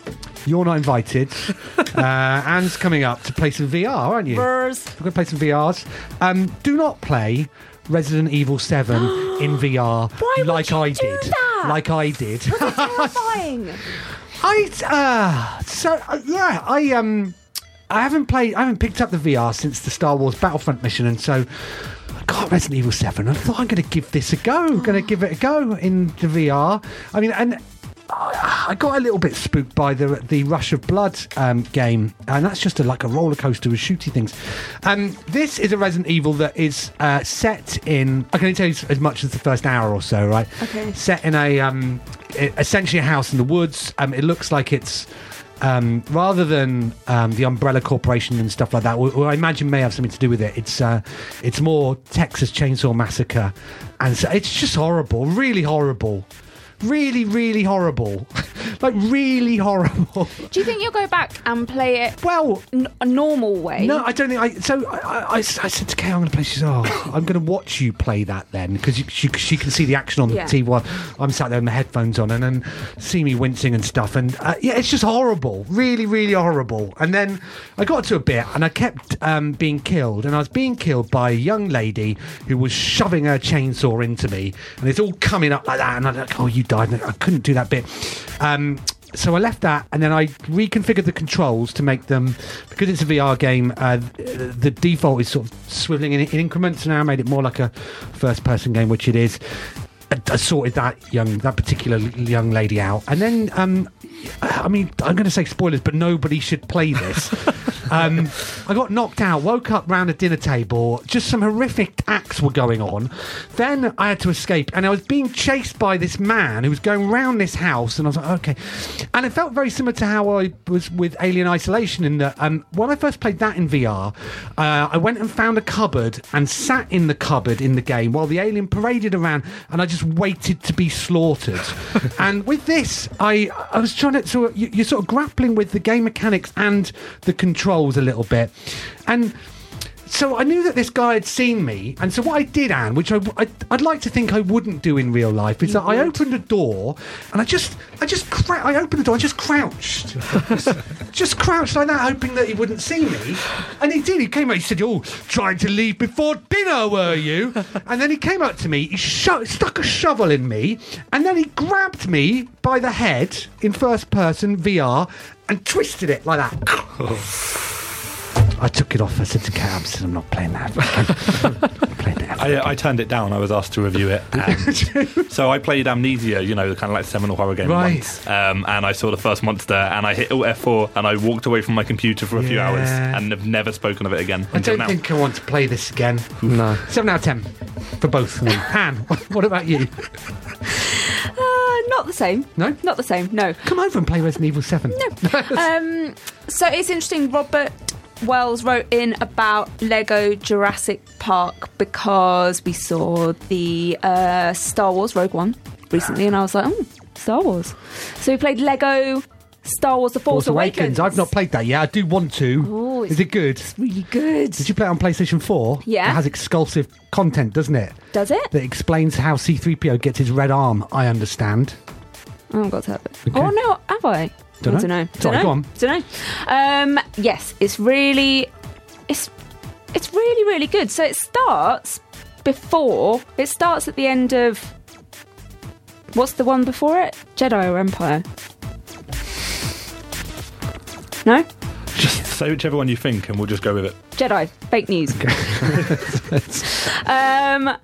Speaker 4: You're not
Speaker 5: (laughs)
Speaker 4: invited. uh, Anne's coming up to play some VR, aren't you?
Speaker 5: Brrrs.
Speaker 4: We're going to play some VRs. Um, do not play Resident Evil 7
Speaker 5: (gasps)
Speaker 4: in VR
Speaker 5: would
Speaker 4: like
Speaker 5: you
Speaker 4: I
Speaker 5: do
Speaker 4: did.
Speaker 5: that?
Speaker 4: Like I did.
Speaker 5: Terrifying.
Speaker 4: I uh, so uh, yeah, I um, I haven't played, I haven't picked up the VR since the Star Wars Battlefront mission, and so I got Resident Evil Seven. I thought I'm going to give this a go. I'm going to give it a go in the VR. I mean, and. I I got a little bit spooked by the the Rush of Blood um, game, and that's just a, like a roller coaster with shooty things. Um, this is a Resident Evil that is uh, set in. I can only tell you s- as much as the first hour or so, right?
Speaker 5: Okay.
Speaker 4: set in a um, e- essentially a house in the woods. Um, it looks like it's um, rather than um, the Umbrella Corporation and stuff like that, wh- wh- I imagine may have something to do with it. It's uh, it's more Texas Chainsaw Massacre, and so it's just horrible, really horrible, really really horrible, (laughs) like really horrible. (laughs)
Speaker 5: Do you think you'll go back and play it
Speaker 4: Well,
Speaker 5: n- a normal way?
Speaker 4: no, I don't think I. So I, I, I s- I said to Kay, I'm going to play. She's oh, I'm going to watch you play that then because she, she can see the action on the
Speaker 5: Yeah.
Speaker 4: TV while I'm sat there with my headphones on and then see me wincing and stuff. And uh, yeah, it's just horrible, really, really horrible. And then I got to a bit and I kept um, being killed, and I was being killed by a young lady who was shoving her chainsaw into me, and it's all coming up like that. And I'm like, oh, you died. And I couldn't do that bit. Um, so I left that, and then I reconfigured the controls to make them because it's a VR game. Uh, th- the default is sort of swiveling in, in increments, and now I made it more like a first-person game, which it is. I, I uh, sorted that young, that particular l- young lady out, and then um, I mean, I'm going to say spoilers, but nobody should play this. um, I got knocked out, woke up round a dinner table, just some horrific acts were going on. Then I had to escape, and I was being chased by this man who was going round this house, and I was like, okay. And it felt very similar to how I was with Alien Isolation in that um, when I first played that in VR, uh, I went and found a cupboard and sat in the cupboard in the game while the alien paraded around, and I just waited to be slaughtered. and with this, I I was trying to sort of, you, you're sort of grappling with the game mechanics and the controls a little bit, and so I knew that this guy had seen me, and so what I did, Anne, which I, I would like to think I wouldn't do in real life, is that I opened a door and I just I just cra- I opened the door, I
Speaker 6: (laughs)
Speaker 4: just crouched, just crouched like that, hoping that he wouldn't see me, and he did. He came out, he said, "Oh, trying to leave before dinner,
Speaker 6: (laughs)
Speaker 4: were you?" And then he came up to me, he sho- stuck a shovel in me, and then he grabbed me by the head in first person VR and twisted
Speaker 6: (laughs)
Speaker 4: it like that. I took it off. I said to Cam, I said, I'm not playing that.
Speaker 6: (laughs) I, uh, I turned it down. I was asked to review
Speaker 4: (laughs)
Speaker 6: it. And so I played Amnesia, you know, the kind of like seminal horror game
Speaker 4: Right.
Speaker 6: once. Um, and I saw the first monster and I hit Alt F4 and I walked away from my computer for a few
Speaker 4: Yeah.
Speaker 6: hours and have never spoken of it again
Speaker 4: I
Speaker 6: until now.
Speaker 4: don't think I want to play this again. No. Seven out of ten for both of
Speaker 5: (laughs)
Speaker 4: me. Han, what about you?
Speaker 5: Uh, not the same.
Speaker 4: No?
Speaker 5: Not the same, no.
Speaker 4: Come over and play Resident Evil 7. No.
Speaker 5: (laughs) um, so it's interesting. Robert Wells wrote in about Lego Jurassic Park because we saw the uh, Star Wars Rogue One recently, and I was like, oh, Star Wars. So we played Lego Star Wars: The Force,
Speaker 4: Force Awakens. I've not played that yet. I do want to.
Speaker 5: Ooh,
Speaker 4: Is it good? It's
Speaker 5: really good.
Speaker 4: Did you play it on PlayStation 4?
Speaker 5: Yeah.
Speaker 4: It has exclusive content, doesn't it?
Speaker 5: Does it?
Speaker 4: That explains how C3PO gets his red arm, I understand.
Speaker 5: I haven't got to have it. Oh no, have I?
Speaker 4: Dunno.
Speaker 5: I don't know.
Speaker 4: Sorry,
Speaker 5: Dunno.
Speaker 4: go on.
Speaker 5: Dunno. Um, yes, it's really, it's, it's really really good. So it starts before it starts at the end of what's the one before it? Jedi or Empire? No,
Speaker 6: Just say whichever one you think and we'll just go with it.
Speaker 5: Jedi. Fake news. (laughs) um,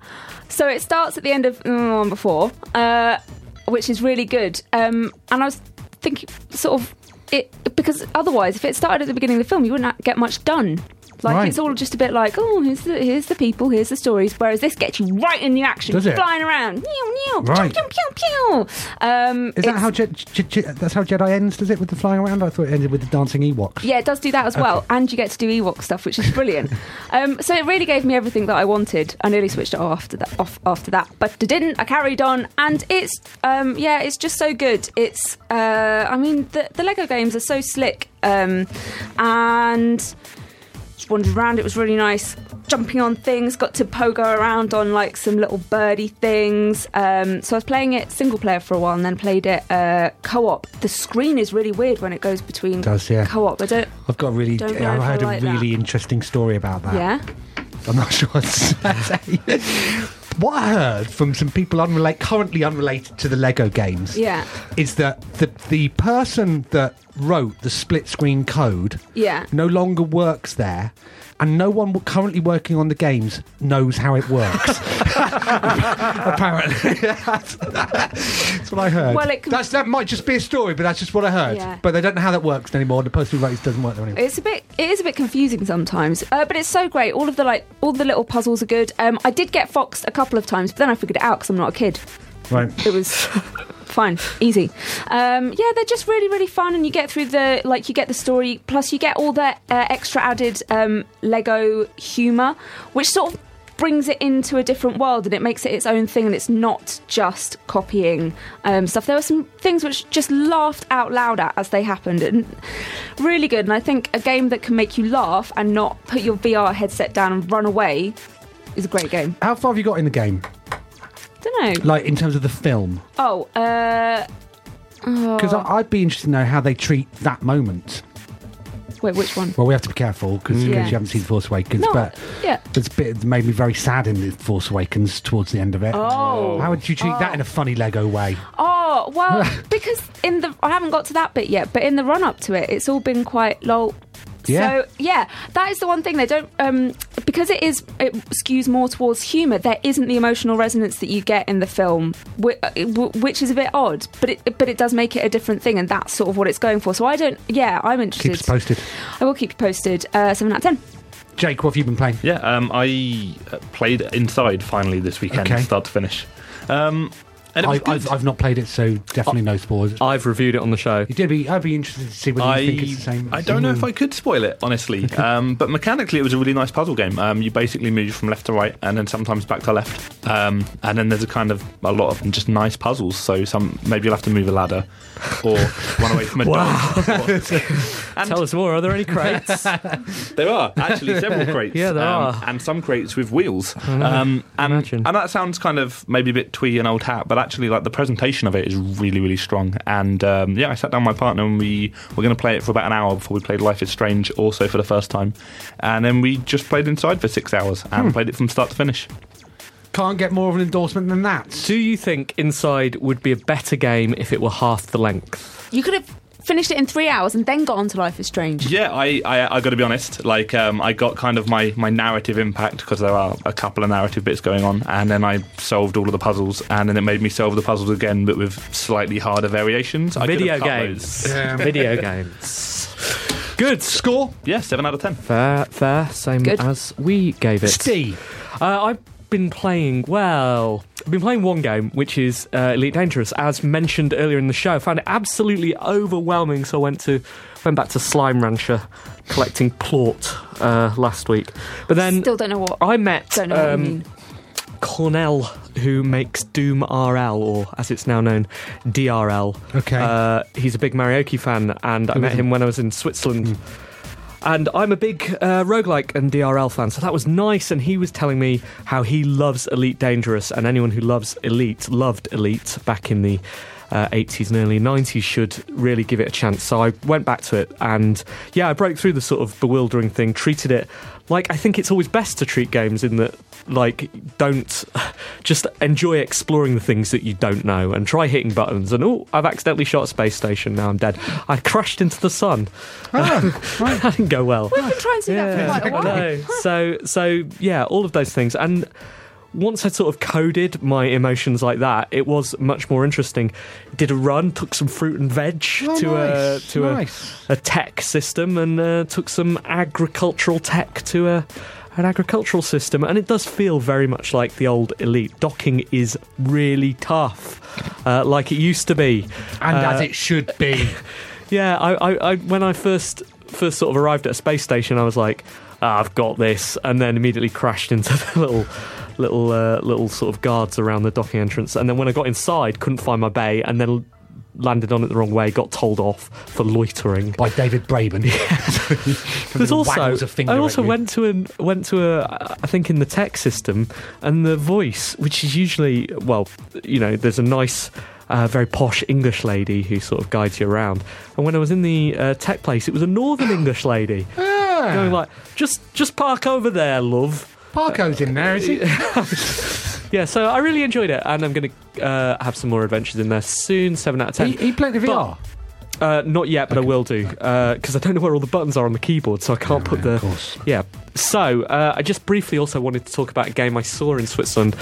Speaker 5: so it starts at the end of mm, one before, uh, which is really good. Um, and I was thinking, sort of, it because otherwise, if it started at the beginning of the film, you wouldn't get much done. Like
Speaker 4: Right.
Speaker 5: it's all just a bit like, oh, here's the here's the people, here's the stories. Whereas this gets you right in the action,
Speaker 4: Does it?
Speaker 5: flying around, meow meow,
Speaker 4: Right.
Speaker 5: pew pew pew. Um,
Speaker 4: Is that
Speaker 5: it's-
Speaker 4: how Je- Je- Je- that's how Jedi ends? Does it with the flying around? I thought it ended with the dancing Ewoks.
Speaker 5: Yeah, it does do that as well, and you get to do Ewok stuff, which is
Speaker 4: (laughs)
Speaker 5: brilliant. um, so it really gave me everything that I wanted. I nearly switched it off after that, off after that, but I didn't. I carried on, and it's um, yeah, it's just so good. It's uh, I mean, the, the Lego games are so slick, um, and just wandered around. It was really nice, jumping on things. Got to pogo around on like some little birdie things. Um, so I was playing it single player for a while, and then played it uh, co-op. The screen is really weird when it goes between
Speaker 4: Does, yeah.
Speaker 5: co-op. I don't.
Speaker 4: I've got a really,
Speaker 5: Don't know
Speaker 4: I
Speaker 5: if I
Speaker 4: had a
Speaker 5: like that.
Speaker 4: really interesting story about that.
Speaker 5: Yeah.
Speaker 4: I'm not sure what to say.
Speaker 5: (laughs)
Speaker 4: What I heard from some people unrelate, currently unrelated to the Lego games
Speaker 5: Yeah.
Speaker 4: is that the, the person that wrote the split screen code
Speaker 5: Yeah.
Speaker 4: no longer works there, and no one w- currently working on the games knows how it
Speaker 5: (laughs)
Speaker 4: works. (laughs) Apparently. that's, that's what I heard.
Speaker 5: Well, it can-
Speaker 4: that's, that might just be a story, but that's just what I heard.
Speaker 5: Yeah.
Speaker 4: But they don't know how that works anymore. The person who writes doesn't work there anymore.
Speaker 5: It's a bit. It is a bit confusing sometimes, uh, but it's so great. All of the like, all the little puzzles are good. Um, I did get foxed a couple of times, but then I figured it out because I'm not a kid.
Speaker 4: Right.
Speaker 5: It was (laughs) fine, easy. Um, yeah, they're just really, really fun, and you get through the like, you get the story. Plus, you get all the uh, extra added um, Lego humor, which sort of brings it into a different world and it makes it its own thing and it's not just copying um, stuff there were some things which just laughed out loud at as they happened and really good and i think a game that can make you laugh and not put your vr headset down and run away is a great game
Speaker 4: How far have you got in the game?
Speaker 5: don't know
Speaker 4: Like in terms of the film?
Speaker 5: oh uh
Speaker 4: Because
Speaker 5: oh.
Speaker 4: I'd be interested to know how they treat that moment.
Speaker 5: wait which one
Speaker 4: Well, we have to be careful because
Speaker 5: Yeah.
Speaker 4: you haven't seen Force Awakens,
Speaker 5: No,
Speaker 4: but
Speaker 5: yeah.
Speaker 4: it's a bit it made me very sad in the Force Awakens towards the end of it.
Speaker 5: Oh.
Speaker 4: how would you treat that in a funny Lego way?
Speaker 5: Oh
Speaker 4: (laughs)
Speaker 5: well, because in the I haven't got to that bit yet, but in the run up to it, it's all been quite lol.
Speaker 4: Yeah.
Speaker 5: So yeah, that is the one thing they don't um, because it is it skews more towards humour. There isn't the emotional resonance that you get in the film, whi- uh, wh- which is a bit odd, but it but it does make it a different thing, and that's sort of what it's going for. So I don't. Yeah, I'm interested.
Speaker 4: Keep us posted.
Speaker 5: I will keep you posted. Uh, Seven out of ten.
Speaker 4: Jake, what have you been playing?
Speaker 6: Yeah, um, I uh, played Inside finally this weekend,
Speaker 4: Okay.
Speaker 6: start to finish. Um, And it was
Speaker 4: I've, I've, I've not played it, so definitely no spoilers.
Speaker 3: I've reviewed it on the show.
Speaker 4: You did be, I'd be interested to see whether you think it's the same.
Speaker 6: I don't know if
Speaker 4: same-
Speaker 6: I could spoil it,
Speaker 4: (laughs)
Speaker 6: honestly. um, but mechanically, it was a really nice puzzle game. Um, you basically move from left to right and then sometimes back to left. Um, and then there's a kind of a lot of just nice puzzles. So some maybe you'll have to move a ladder or run away
Speaker 4: (laughs)
Speaker 6: from a
Speaker 3: Wow.
Speaker 6: dog. or-
Speaker 3: Tell us more. Are there any crates?
Speaker 6: there are actually several crates.
Speaker 3: (laughs) Yeah, there
Speaker 6: um,
Speaker 3: are.
Speaker 6: and some crates with wheels.
Speaker 3: know.
Speaker 6: Um, and, and that sounds kind of maybe a bit twee and old hat, but actually, like the presentation of it is really, really strong. And um, yeah, I sat down with my partner and we were going to play it for about an hour before we played Life is Strange, also for the first time. And then we just played inside for six hours and
Speaker 3: Hmm.
Speaker 6: played it from start to finish.
Speaker 4: Can't get more of an endorsement than that.
Speaker 3: Do you think Inside would be a better game if it were half the length?
Speaker 5: You could have finished it in three hours and then got on to Life is Strange.
Speaker 6: Yeah, I, I, I got to be honest. Like, um, I got kind of my, my narrative impact because there are a couple of narrative bits going on, and then I solved all of the puzzles, and then it made me solve the puzzles again, but with slightly harder variations. I could
Speaker 3: Video
Speaker 6: have cut
Speaker 3: games.
Speaker 6: those.
Speaker 3: (laughs)
Speaker 6: (laughs)
Speaker 4: Yeah.
Speaker 3: Video games. Good.
Speaker 4: Score?
Speaker 6: Yeah, seven out of ten.
Speaker 3: Fair, fair. Same
Speaker 5: Good.
Speaker 3: as we gave it.
Speaker 4: Steve.
Speaker 3: Uh, I've been playing, well, I've been playing one game, which is uh, Elite Dangerous, as mentioned earlier in the show. I found it absolutely overwhelming, so I went to went back to Slime Rancher collecting plort uh, last week. But then
Speaker 5: Still don't know what.
Speaker 3: I met
Speaker 5: Don't know what you
Speaker 3: um,
Speaker 5: mean.
Speaker 3: Cornell, who makes Doom RL, or as it's now known, DRL.
Speaker 4: Okay.
Speaker 3: Uh, he's a big Marioki fan, and I met him when I was in Switzerland. And I'm a big uh, roguelike and DRL fan, so that was nice. And he was telling me how he loves Elite Dangerous, and anyone who loves Elite loved Elite back in the uh, 80s and early 90s should really give it a chance. So I went back to it, and yeah, I broke through the sort of bewildering thing, treated it like I think it's always best to treat games in that, like, don't (laughs) just enjoy exploring the things that you don't know and try hitting buttons. And oh, I've accidentally shot a space station, now I'm dead. I crashed into the sun. (laughs) that didn't go well.
Speaker 5: I've been trying to do that for
Speaker 4: (laughs)
Speaker 5: quite a while.
Speaker 3: No. (laughs) So so yeah, all of those things. And once I sort of coded my emotions like that, it was much more interesting. Did a run, took some fruit and veg
Speaker 4: Oh,
Speaker 3: to
Speaker 4: nice,
Speaker 3: a to uh,
Speaker 4: nice.
Speaker 3: a, a tech system, and uh, took some agricultural tech to a an agricultural system, and it does feel very much like the old elite. Docking is really tough, uh, like it used to be.
Speaker 4: And
Speaker 3: Uh,
Speaker 4: as it should be.
Speaker 3: yeah, I, I, I when I first first sort of arrived at a space station, I was like, "Ah, I've got this, and then immediately crashed into (laughs) the little little uh, little sort of guards around the docking entrance, and then when I got inside, couldn't find my bay, and then landed on it the wrong way, got told off for loitering.
Speaker 4: By David
Speaker 3: (laughs)
Speaker 4: Braben. (laughs)
Speaker 3: There's also
Speaker 4: waggles a finger
Speaker 3: I
Speaker 4: at
Speaker 3: also
Speaker 4: you.
Speaker 3: went to an went to a I think in the tech system and the voice, which is usually well, you know, there's a nice. uh, very posh English lady who sort of guides you around. And when I was in the uh, tech place, it was a Northern English
Speaker 4: (laughs)
Speaker 3: lady
Speaker 4: Ah.
Speaker 3: going like, "Just, just park over there, love."
Speaker 4: Parko's in there, is he?
Speaker 3: Yeah, so I really enjoyed it, and I'm going to uh, have some more adventures in there soon. Seven out of ten.
Speaker 4: he, he played the VR.
Speaker 3: Uh, not yet, but I will do because I don't know where all the buttons are on the keyboard, so I can't put the.
Speaker 4: course.
Speaker 3: Yeah. So uh, I just briefly also wanted to talk about a game I saw in Switzerland,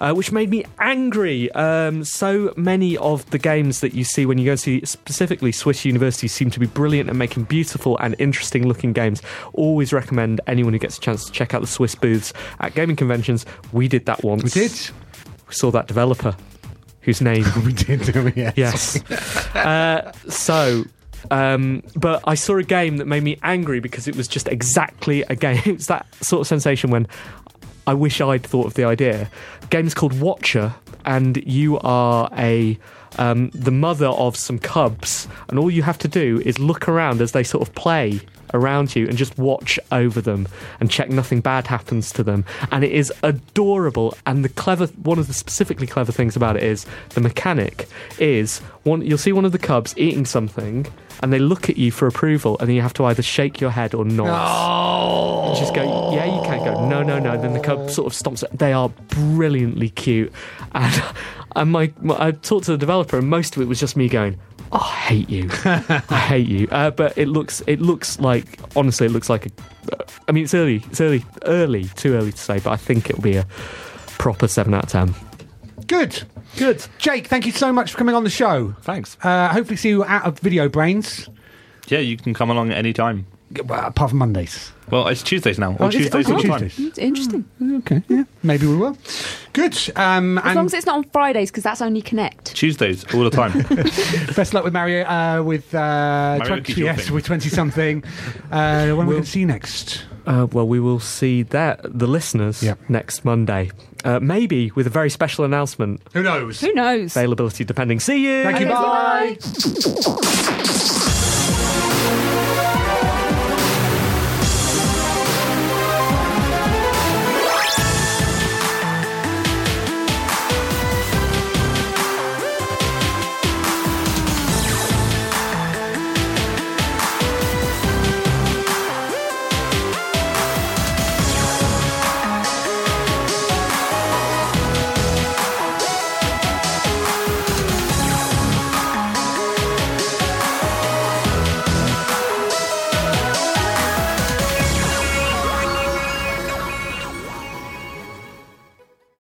Speaker 3: uh, which made me angry. Um, so many of the games that you see when you go and see specifically Swiss universities seem to be brilliant at making beautiful and interesting looking games. Always recommend anyone who gets a chance to check out the Swiss booths at gaming conventions. We did that once.
Speaker 4: We did.
Speaker 3: We saw that developer, whose name
Speaker 4: We did, do we? Yeah.
Speaker 3: (laughs) Yes. uh, so, um, but I saw a game that made me angry because it was just exactly a game. (laughs) It's that sort of sensation when I wish I'd thought of the idea. The game's called Watcher, and you are a. Um, the mother of some cubs, and all you have to do is look around as they sort of play around you and just watch over them and check nothing bad happens to them. And it is adorable. And the clever one of the specifically clever things about it is the mechanic is one you'll see one of the cubs eating something and they look at you for approval and then you have to either shake your head or not. And Just go, yeah, you can go. No, no, no. Then the cub sort of stomps it. They are brilliantly cute. And (laughs) and my, my I talked to the developer and most of it was just me going, "Oh, I hate you. I (laughs) hate you. Uh, but it looks, it looks like, honestly, it looks like a. uh, I mean, it's early, it's early, early, too early to say, but I think it'll be a proper seven out of ten.
Speaker 4: Good.
Speaker 3: Good.
Speaker 4: Jake, thank you so much for coming on the show.
Speaker 6: Thanks.
Speaker 4: Uh, hopefully, see you out of Video Brains.
Speaker 6: Yeah, you can come along at any time.
Speaker 4: well, apart from Mondays.
Speaker 6: Well, it's Tuesdays now. Or
Speaker 4: Oh, is it- oh,
Speaker 6: Tuesdays
Speaker 4: is it
Speaker 6: all the time.
Speaker 4: Tuesdays?
Speaker 5: It's interesting.
Speaker 4: Okay, yeah, maybe we will. Good. Um,
Speaker 5: As long as it's not on Fridays, because that's only Connect.
Speaker 6: Tuesdays all the time.
Speaker 4: Best luck with Mario uh, with uh,
Speaker 6: Mario
Speaker 4: 20,
Speaker 6: Keith, your
Speaker 4: yes,
Speaker 6: thing.
Speaker 4: with twenty something. Uh, when we
Speaker 3: We'll-
Speaker 4: can see you next.
Speaker 3: Uh, well, we will see that the listeners next Monday, uh, maybe with a very special announcement.
Speaker 4: Who knows?
Speaker 5: Who knows?
Speaker 3: Availability depending. See you.
Speaker 4: Thank you.
Speaker 5: Okay,
Speaker 4: Bye.
Speaker 5: bye.